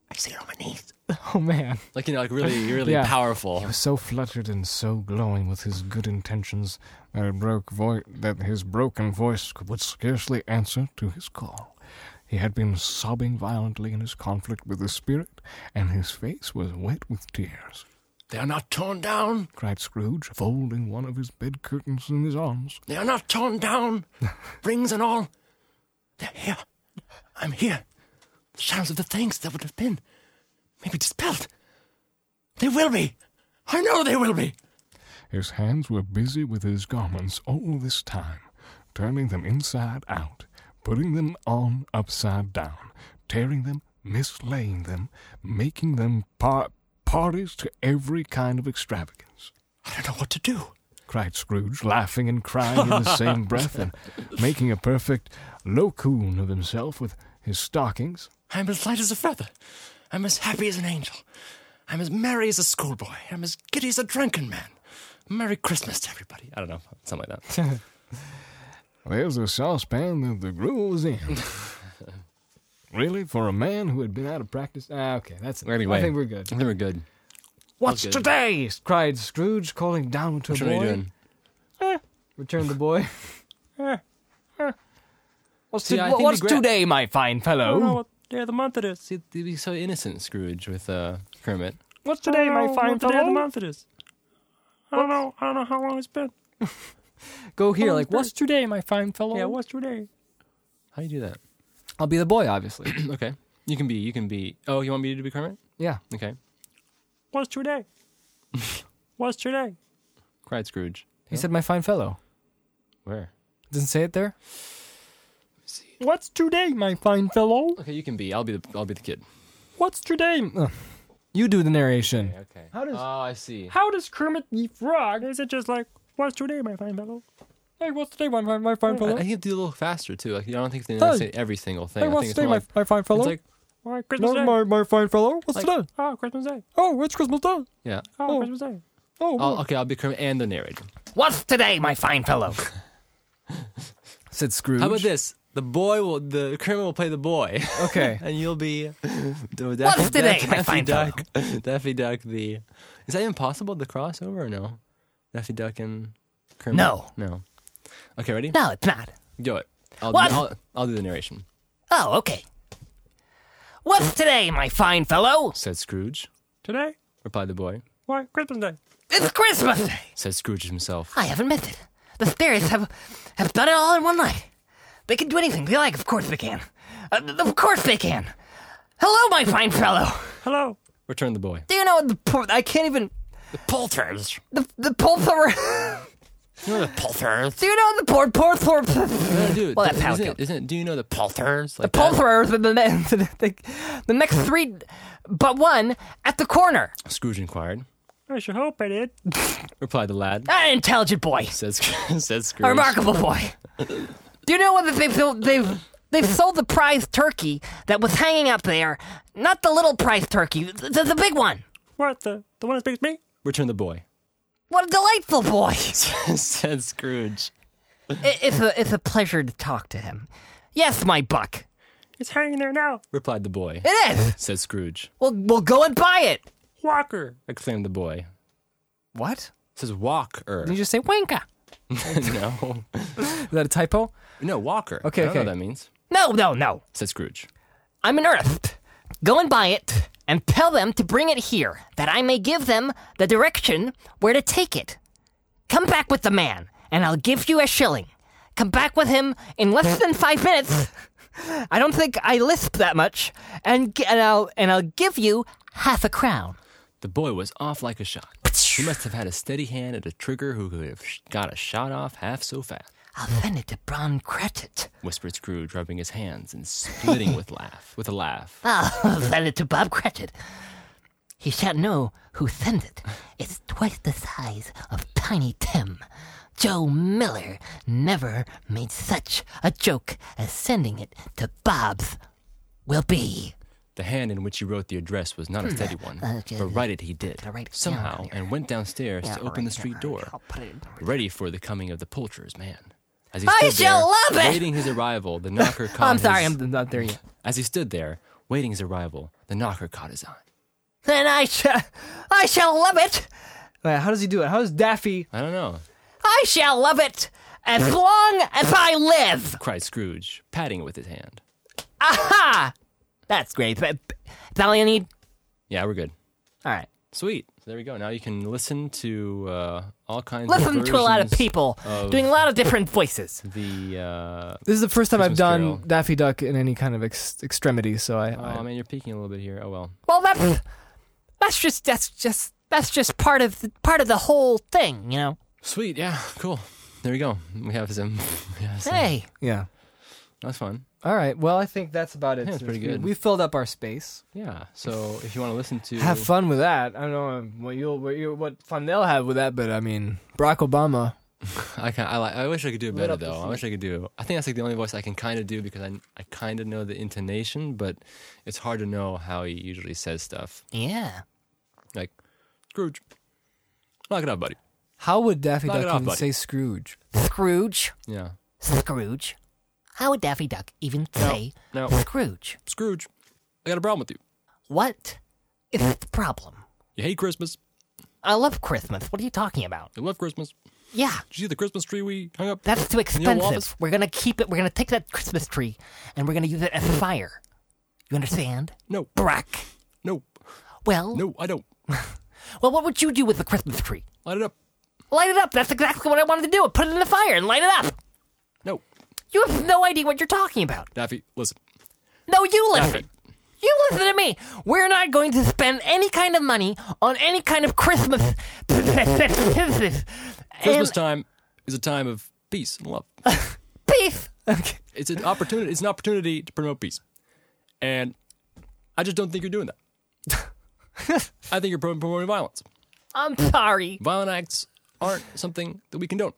[SPEAKER 6] I say it on my knees.
[SPEAKER 1] Oh man.
[SPEAKER 2] Like you know, like really, really
[SPEAKER 1] Yeah.
[SPEAKER 2] powerful.
[SPEAKER 9] So fluttered and so glowing with his good intentions that, a broke vo- that his broken voice would scarcely answer to his call. He had been sobbing violently in his conflict with the spirit, and his face was wet with tears.
[SPEAKER 6] They are not torn down.
[SPEAKER 9] Cried Scrooge, folding one of his bed curtains in his arms.
[SPEAKER 6] They are not torn down. Rings and all. They're here. I'm here. The shadows of the things that would have been. Maybe dispelled. They will be. I know they will be.
[SPEAKER 9] His hands were busy with his garments all this time, turning them inside out, putting them on upside down, tearing them, mislaying them, making them par- parties to every kind of extravagance.
[SPEAKER 6] I don't know what to do.
[SPEAKER 9] Cried Scrooge, laughing and crying in the same breath, and making a perfect locoon of himself with his stockings.
[SPEAKER 6] I'm as light as a feather. I'm as happy as an angel. I'm as merry as a schoolboy. I'm as giddy as a drunken man. Merry Christmas to everybody.
[SPEAKER 2] I don't know, something like that.
[SPEAKER 9] There's a saucepan that the gruel is in. really, for a man who had been out of practice?
[SPEAKER 1] Ah, okay, that's it.
[SPEAKER 2] Anyway.
[SPEAKER 1] I think we're good.
[SPEAKER 2] I think we're good.
[SPEAKER 10] What's
[SPEAKER 2] good.
[SPEAKER 10] today?
[SPEAKER 1] Cried Scrooge, calling down to a
[SPEAKER 2] What
[SPEAKER 1] boy.
[SPEAKER 2] are we doing?
[SPEAKER 1] Return the boy. what's
[SPEAKER 2] See,
[SPEAKER 1] to-
[SPEAKER 2] I
[SPEAKER 1] what-
[SPEAKER 2] think
[SPEAKER 1] what's
[SPEAKER 2] we gra-
[SPEAKER 1] today, my fine
[SPEAKER 10] I don't know
[SPEAKER 1] fellow?
[SPEAKER 10] what day of the month it is.
[SPEAKER 2] See, they'd be so innocent, Scrooge, with uh, Kermit.
[SPEAKER 10] What's
[SPEAKER 1] today, my fine
[SPEAKER 10] what Day of
[SPEAKER 1] fellow?
[SPEAKER 10] the month it is. I don't know. I don't know how long it's been.
[SPEAKER 1] Go here,
[SPEAKER 10] Oh,
[SPEAKER 1] like,
[SPEAKER 10] very-
[SPEAKER 1] what's today, my fine fellow?
[SPEAKER 10] Yeah, what's today?
[SPEAKER 2] How do you do that?
[SPEAKER 1] I'll be the boy, obviously.
[SPEAKER 2] okay. You can be, you can be. Oh, you want me to be Kermit?
[SPEAKER 1] yeah.
[SPEAKER 2] Okay.
[SPEAKER 10] What's today? What's today?
[SPEAKER 2] Cried Scrooge.
[SPEAKER 1] He said, my fine fellow.
[SPEAKER 2] Where?
[SPEAKER 1] Doesn't say it there?
[SPEAKER 10] What's today, my fine fellow?
[SPEAKER 2] Okay, you can be. I'll be the. I'll be the kid.
[SPEAKER 10] What's today?
[SPEAKER 1] You do the narration.
[SPEAKER 2] Okay.
[SPEAKER 10] How does-
[SPEAKER 2] Oh, I see.
[SPEAKER 10] How does Kermit the Frog? Is it just like what's today, my fine fellow?
[SPEAKER 1] Hey, what's today, my, my, my fine
[SPEAKER 2] I, I
[SPEAKER 1] fellow?
[SPEAKER 2] think you have to do a little faster too. Like I don't think they
[SPEAKER 1] Hey.
[SPEAKER 2] say every single thing.
[SPEAKER 1] Hey,
[SPEAKER 2] I
[SPEAKER 1] what's
[SPEAKER 2] think it's
[SPEAKER 1] today, my,
[SPEAKER 2] more like,
[SPEAKER 1] my fine fellow?
[SPEAKER 2] it's like
[SPEAKER 10] Why Christmas
[SPEAKER 1] no,
[SPEAKER 10] Day?
[SPEAKER 1] my, my fine fellow, what's
[SPEAKER 2] Like-
[SPEAKER 1] today?
[SPEAKER 10] Oh, Christmas Day.
[SPEAKER 1] Oh, it's Christmas Day.
[SPEAKER 2] yeah.
[SPEAKER 10] Oh,
[SPEAKER 1] Oh.
[SPEAKER 10] Christmas Day.
[SPEAKER 1] Oh,
[SPEAKER 2] I'll, okay, I'll be Kermit and the narrator.
[SPEAKER 4] What's today, my fine fellow?
[SPEAKER 1] said Scrooge.
[SPEAKER 2] How about this? The boy will. The Kermit will play the boy,
[SPEAKER 1] Okay.
[SPEAKER 2] and you'll be. the Daffy,
[SPEAKER 4] What's today, my
[SPEAKER 2] Daffy
[SPEAKER 4] fine fellow?
[SPEAKER 2] Duck. Daffy Duck. The. Is that even possible? The crossover or no? Daffy Duck and Kermit.
[SPEAKER 4] No.
[SPEAKER 2] No. Okay, ready?
[SPEAKER 4] No, it's not.
[SPEAKER 2] Do it. I'll,
[SPEAKER 4] What?
[SPEAKER 2] I'll, I'll do the narration.
[SPEAKER 4] Oh, okay. What's today, my fine fellow?
[SPEAKER 2] Said Scrooge.
[SPEAKER 10] Today?
[SPEAKER 2] Replied the boy.
[SPEAKER 10] Why Christmas Day?
[SPEAKER 4] It's Christmas Day.
[SPEAKER 2] Said Scrooge himself.
[SPEAKER 4] I haven't missed it. The spirits have have done it all in one night. They can do anything they like. Of course they can. Uh, of course they can. Hello, my fine fellow.
[SPEAKER 10] Hello.
[SPEAKER 2] Returned the boy.
[SPEAKER 4] Do you know what the po- I can't even
[SPEAKER 6] Polters.
[SPEAKER 4] the the pulper.
[SPEAKER 6] You know the polters.
[SPEAKER 4] Do you know the port port port? The
[SPEAKER 2] No, dude,
[SPEAKER 4] Well,
[SPEAKER 2] th-
[SPEAKER 4] that's how it
[SPEAKER 2] isn't,
[SPEAKER 4] goes.
[SPEAKER 2] isn't do you know the
[SPEAKER 6] Polters.
[SPEAKER 2] like that?
[SPEAKER 4] pulperers and the, the, the the next three, but one at the corner.
[SPEAKER 2] Scrooge inquired.
[SPEAKER 10] I should hope I did.
[SPEAKER 2] Replied the lad.
[SPEAKER 4] An Ah, intelligent boy.
[SPEAKER 2] Says says
[SPEAKER 4] A
[SPEAKER 2] Scrooge.
[SPEAKER 4] remarkable boy. Do you know what they've they've they've sold the prize turkey that was hanging up there? Not the little prize turkey, the, the big one.
[SPEAKER 10] What the the one that speaks me?
[SPEAKER 2] Returned the boy.
[SPEAKER 4] What a delightful boy!
[SPEAKER 2] said Scrooge.
[SPEAKER 4] It- it's a it's a pleasure to talk to him. Yes, my buck.
[SPEAKER 10] It's hanging there now.
[SPEAKER 2] Replied the boy.
[SPEAKER 4] It is.
[SPEAKER 2] Said Scrooge.
[SPEAKER 4] We'll we'll go and buy it.
[SPEAKER 10] Walker.
[SPEAKER 2] Exclaimed the boy.
[SPEAKER 1] What?
[SPEAKER 6] It says walker.
[SPEAKER 1] Did you just say wanka?
[SPEAKER 6] no.
[SPEAKER 1] Is that a typo?
[SPEAKER 6] No, walker.
[SPEAKER 1] Okay,
[SPEAKER 6] I don't know
[SPEAKER 1] okay.
[SPEAKER 6] what that means.
[SPEAKER 4] No, no, no.
[SPEAKER 6] Said Scrooge.
[SPEAKER 4] I'm an earth. Go and buy it and tell them to bring it here, that I may give them the direction where to take it. Come back with the man, and I'll give you a shilling. Come back with him in less than five minutes. I don't think I lisp that much, and, g- and I'll and I'll give you half a crown.
[SPEAKER 6] The boy was off like a shot. He must have had a steady hand at a trigger who could have sh- got a shot off half so fast,
[SPEAKER 4] I'll send it to Brown Credit.
[SPEAKER 6] whispered Scrooge, rubbing his hands and splitting with laugh with a laugh.
[SPEAKER 4] I'll send it to Bob Cratchit. He shall know who sent it. It's twice the size of Tiny Tim. Joe Miller never made such a joke as sending it to Bob's will be.
[SPEAKER 6] The hand in which he wrote the address was not a steady one, but write it he did,
[SPEAKER 4] Gotta write it down
[SPEAKER 6] somehow,
[SPEAKER 4] here.
[SPEAKER 6] and went downstairs to open the street door,
[SPEAKER 4] I'll put it in.
[SPEAKER 6] ready for the coming of the poulterer's man. As he
[SPEAKER 4] I
[SPEAKER 6] stood
[SPEAKER 4] shall
[SPEAKER 6] there,
[SPEAKER 4] love it!
[SPEAKER 6] Waiting his arrival, the knocker caught
[SPEAKER 4] I'm
[SPEAKER 6] his-
[SPEAKER 4] sorry, I'm not there yet.
[SPEAKER 6] As he stood there, waiting his arrival, the knocker caught his eye.
[SPEAKER 4] Then I shall, I shall love it.
[SPEAKER 1] Wait, how does he do it? How does Daffy?
[SPEAKER 6] I don't know,
[SPEAKER 4] I shall love it as long as I live.
[SPEAKER 6] cried Scrooge, patting it with his hand.
[SPEAKER 4] Aha! That's great. But is that all you need?
[SPEAKER 6] Yeah, we're good.
[SPEAKER 4] All right.
[SPEAKER 6] Sweet. There we go. Now you can listen to uh, all kinds.
[SPEAKER 4] Listen
[SPEAKER 6] of
[SPEAKER 4] to a lot of
[SPEAKER 6] versions
[SPEAKER 4] people
[SPEAKER 6] of-
[SPEAKER 4] doing a lot of different voices.
[SPEAKER 6] The uh,
[SPEAKER 1] This is the first time I've
[SPEAKER 6] Christmas
[SPEAKER 1] done
[SPEAKER 6] Carol.
[SPEAKER 1] Daffy Duck in any kind of ex- extremity, so I, I-
[SPEAKER 6] oh man, you're peeking a little bit here. Oh well.
[SPEAKER 4] Well, that's that's just that's just that's just part of the, part of the whole thing, you know.
[SPEAKER 6] Sweet. Yeah. Cool. There we go. We have some. we have some-
[SPEAKER 4] Hey,
[SPEAKER 1] yeah.
[SPEAKER 6] That's fun.
[SPEAKER 1] All right. Well, I think that's about it.
[SPEAKER 6] Yeah, it's pretty good.
[SPEAKER 1] We filled up our space.
[SPEAKER 6] Yeah. So if you want to listen to
[SPEAKER 1] Have fun with that. I don't know what you'll what, you what fun they'll have with that, but I mean Barack Obama.
[SPEAKER 6] I can. I like. I wish I could do it better
[SPEAKER 1] up the
[SPEAKER 6] though. I wish I could do. I think that's like the only voice I can kind of do because I I kind of know the intonation, but it's hard to know how he usually says stuff.
[SPEAKER 4] yeah.
[SPEAKER 6] Like Scrooge, knock it out, buddy.
[SPEAKER 1] How would Daffy
[SPEAKER 6] Knock it
[SPEAKER 1] Duck
[SPEAKER 6] off,
[SPEAKER 1] even
[SPEAKER 6] buddy.
[SPEAKER 1] say Scrooge?
[SPEAKER 4] Scrooge,
[SPEAKER 6] Yeah.
[SPEAKER 4] Scrooge. How would Daffy Duck even say
[SPEAKER 6] No,
[SPEAKER 4] Scrooge?
[SPEAKER 6] Scrooge, I got a problem with you.
[SPEAKER 4] What is the problem?
[SPEAKER 6] You hate Christmas.
[SPEAKER 4] I love Christmas. What are you talking about?
[SPEAKER 6] You love Christmas.
[SPEAKER 4] Yeah,
[SPEAKER 6] Did you see the Christmas tree we hung up?
[SPEAKER 4] that's too
[SPEAKER 6] your office?
[SPEAKER 4] expensive. We're gonna keep it. We're gonna take that Christmas tree and we're gonna use it as fire. You understand,
[SPEAKER 6] No,
[SPEAKER 4] Barack?
[SPEAKER 6] no,
[SPEAKER 4] Well,
[SPEAKER 6] no, I don't.
[SPEAKER 4] well, what would you do with the Christmas tree?
[SPEAKER 6] Light it up.
[SPEAKER 4] Light it up. That's exactly what I wanted to do. Put it in the fire and light it up.
[SPEAKER 6] No,
[SPEAKER 4] You have no idea what you're talking about.
[SPEAKER 6] Daffy, listen.
[SPEAKER 4] No, you listen. You listen to me. We're not going to spend any kind of money on any kind of Christmas. Christmas
[SPEAKER 6] Christmas time is a time of peace and love.
[SPEAKER 4] Peace.
[SPEAKER 6] It's an opportunity. It's an opportunity to promote peace, and I just don't think you're doing that. I think you're prom- promoting violence.
[SPEAKER 4] I'm sorry.
[SPEAKER 6] Violent acts aren't something that we condone.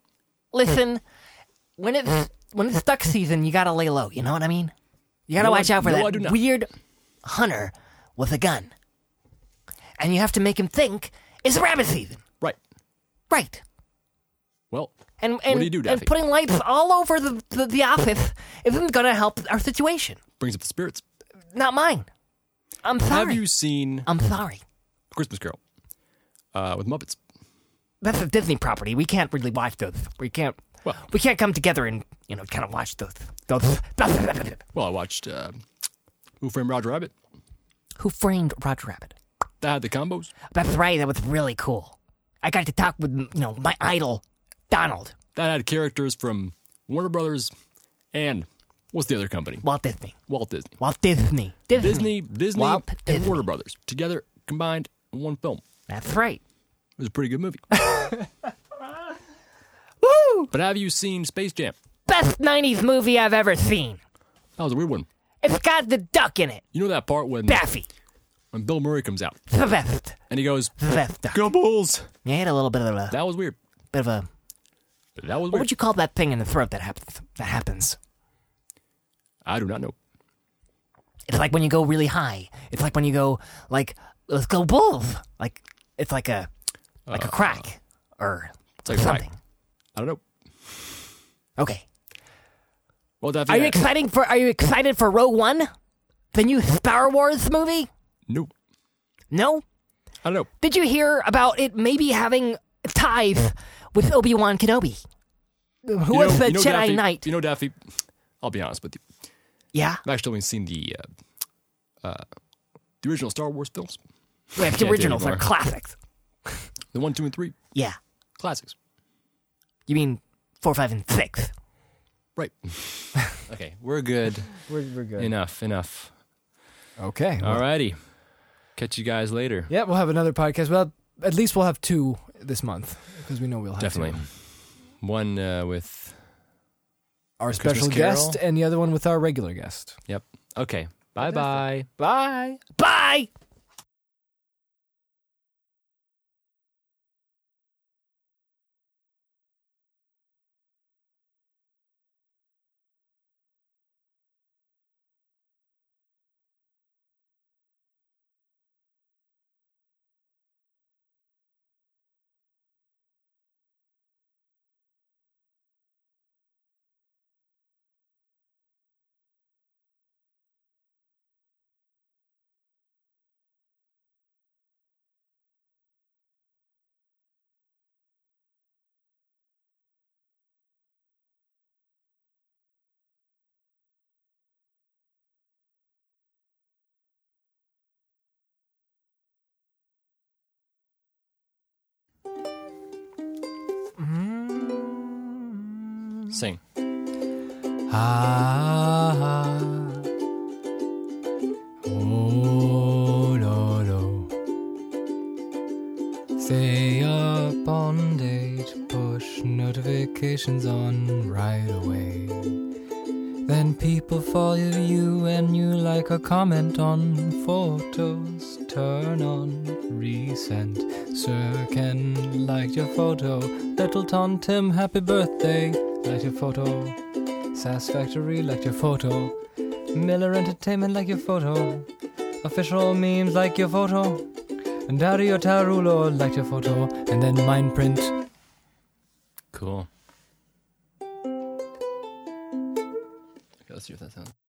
[SPEAKER 4] Listen, when it's when it's duck season, you gotta lay low. You know what I mean? You gotta
[SPEAKER 6] No, I-
[SPEAKER 4] watch out for
[SPEAKER 6] no, I
[SPEAKER 4] that
[SPEAKER 6] do not.
[SPEAKER 4] weird hunter with a gun, and you have to make him think it's rabbit season,
[SPEAKER 6] Right.
[SPEAKER 4] right?
[SPEAKER 6] Well,
[SPEAKER 4] And, and,
[SPEAKER 6] What do you do,
[SPEAKER 4] and
[SPEAKER 6] Daffy?
[SPEAKER 4] putting lights all over the, the, the office isn't going to help our situation.
[SPEAKER 6] brings up the spirits.
[SPEAKER 4] Not mine. I'm sorry.
[SPEAKER 6] Have you seen
[SPEAKER 4] I'm sorry.
[SPEAKER 6] A Christmas Carol uh, with Muppets?
[SPEAKER 4] That's a Disney property. We can't really watch those. We can't.
[SPEAKER 6] Well-
[SPEAKER 4] we can't come together and you know kind of watch those. Those.
[SPEAKER 6] Well, I watched uh, Who Framed Roger Rabbit.
[SPEAKER 4] Who framed Roger Rabbit?
[SPEAKER 6] That had the combos.
[SPEAKER 4] That's right. That was really cool. I got to talk with you know my idol, Donald
[SPEAKER 6] That had characters from Warner Brothers and what's the other company?
[SPEAKER 4] Walt Disney.
[SPEAKER 6] Walt Disney.
[SPEAKER 4] Walt Disney. Disney.
[SPEAKER 6] Disney, Disney,
[SPEAKER 4] Walt
[SPEAKER 6] and
[SPEAKER 4] Disney.
[SPEAKER 6] Warner Brothers together combined in one film.
[SPEAKER 4] That's right.
[SPEAKER 6] It was a pretty good movie. Woo! But have you seen Space Jam?
[SPEAKER 4] Best '90s movie I've ever seen.
[SPEAKER 6] That was a weird one.
[SPEAKER 4] It's got the duck in it.
[SPEAKER 6] You know that part when
[SPEAKER 4] Daffy.
[SPEAKER 6] when Bill Murray comes out
[SPEAKER 4] The best.
[SPEAKER 6] and he goes,
[SPEAKER 4] The best duck.
[SPEAKER 6] "Go Bulls!"
[SPEAKER 4] Yeah, I had a little bit of a
[SPEAKER 6] That was weird.
[SPEAKER 4] bit of a.
[SPEAKER 6] That was
[SPEAKER 4] What
[SPEAKER 6] weird.
[SPEAKER 4] would you call that thing in the throat that happens? That happens.
[SPEAKER 6] I do not know.
[SPEAKER 4] It's like when you go really high. It's like when you go like let's go bulls. Like it's like a like a crack or
[SPEAKER 6] Oh. like a crack.
[SPEAKER 4] something.
[SPEAKER 6] I don't know.
[SPEAKER 4] Okay.
[SPEAKER 6] Well, Daffy,
[SPEAKER 4] Are you
[SPEAKER 6] I-
[SPEAKER 4] exciting for Are you excited for Row One, the new Star Wars movie?
[SPEAKER 6] no,
[SPEAKER 4] No.
[SPEAKER 6] I don't know.
[SPEAKER 4] Did you hear about it? Maybe having tithe with Obi Wan Kenobi, who was the Jedi
[SPEAKER 6] Daffy,
[SPEAKER 4] Knight.
[SPEAKER 6] You know, Daffy, I'll be honest with you.
[SPEAKER 4] yeah,
[SPEAKER 6] I've actually only seen the uh, uh, the original Star Wars films,
[SPEAKER 4] we have
[SPEAKER 6] do
[SPEAKER 4] the originals. They're
[SPEAKER 6] anymore.
[SPEAKER 4] classics.
[SPEAKER 6] the one, two, and three
[SPEAKER 4] Yeah,
[SPEAKER 6] classics.
[SPEAKER 4] you mean four, five, and six?
[SPEAKER 6] Right. okay, we're good.
[SPEAKER 1] We're, we're good.
[SPEAKER 6] Enough. Enough.
[SPEAKER 1] okay. well,
[SPEAKER 6] Alrighty. Catch you guys later.
[SPEAKER 1] Yeah, we'll have another podcast. Well, at least we'll have two this month because we know we'll have
[SPEAKER 6] Definitely.
[SPEAKER 1] two.
[SPEAKER 6] One uh, with.
[SPEAKER 1] our
[SPEAKER 6] Christmas
[SPEAKER 1] special
[SPEAKER 6] Carol.
[SPEAKER 1] guest and the other one with our regular guest.
[SPEAKER 6] Yep. Okay. Bye bye. Bye.
[SPEAKER 4] Bye.
[SPEAKER 6] Sing.
[SPEAKER 1] Ah, oh, lo, lo. Stay up on date, push notifications on right away. Then people follow you and you like a comment on photos. Turn on recent, circ and like your photo. Little Tom Tim, happy birthday, like your photo. Satisfactory, like your photo. Miller Entertainment, like your photo. Official memes, like your photo. And Dario Tarulo, like your photo. And then Mind Print.
[SPEAKER 6] Cool. Okay, let's see what that sounds.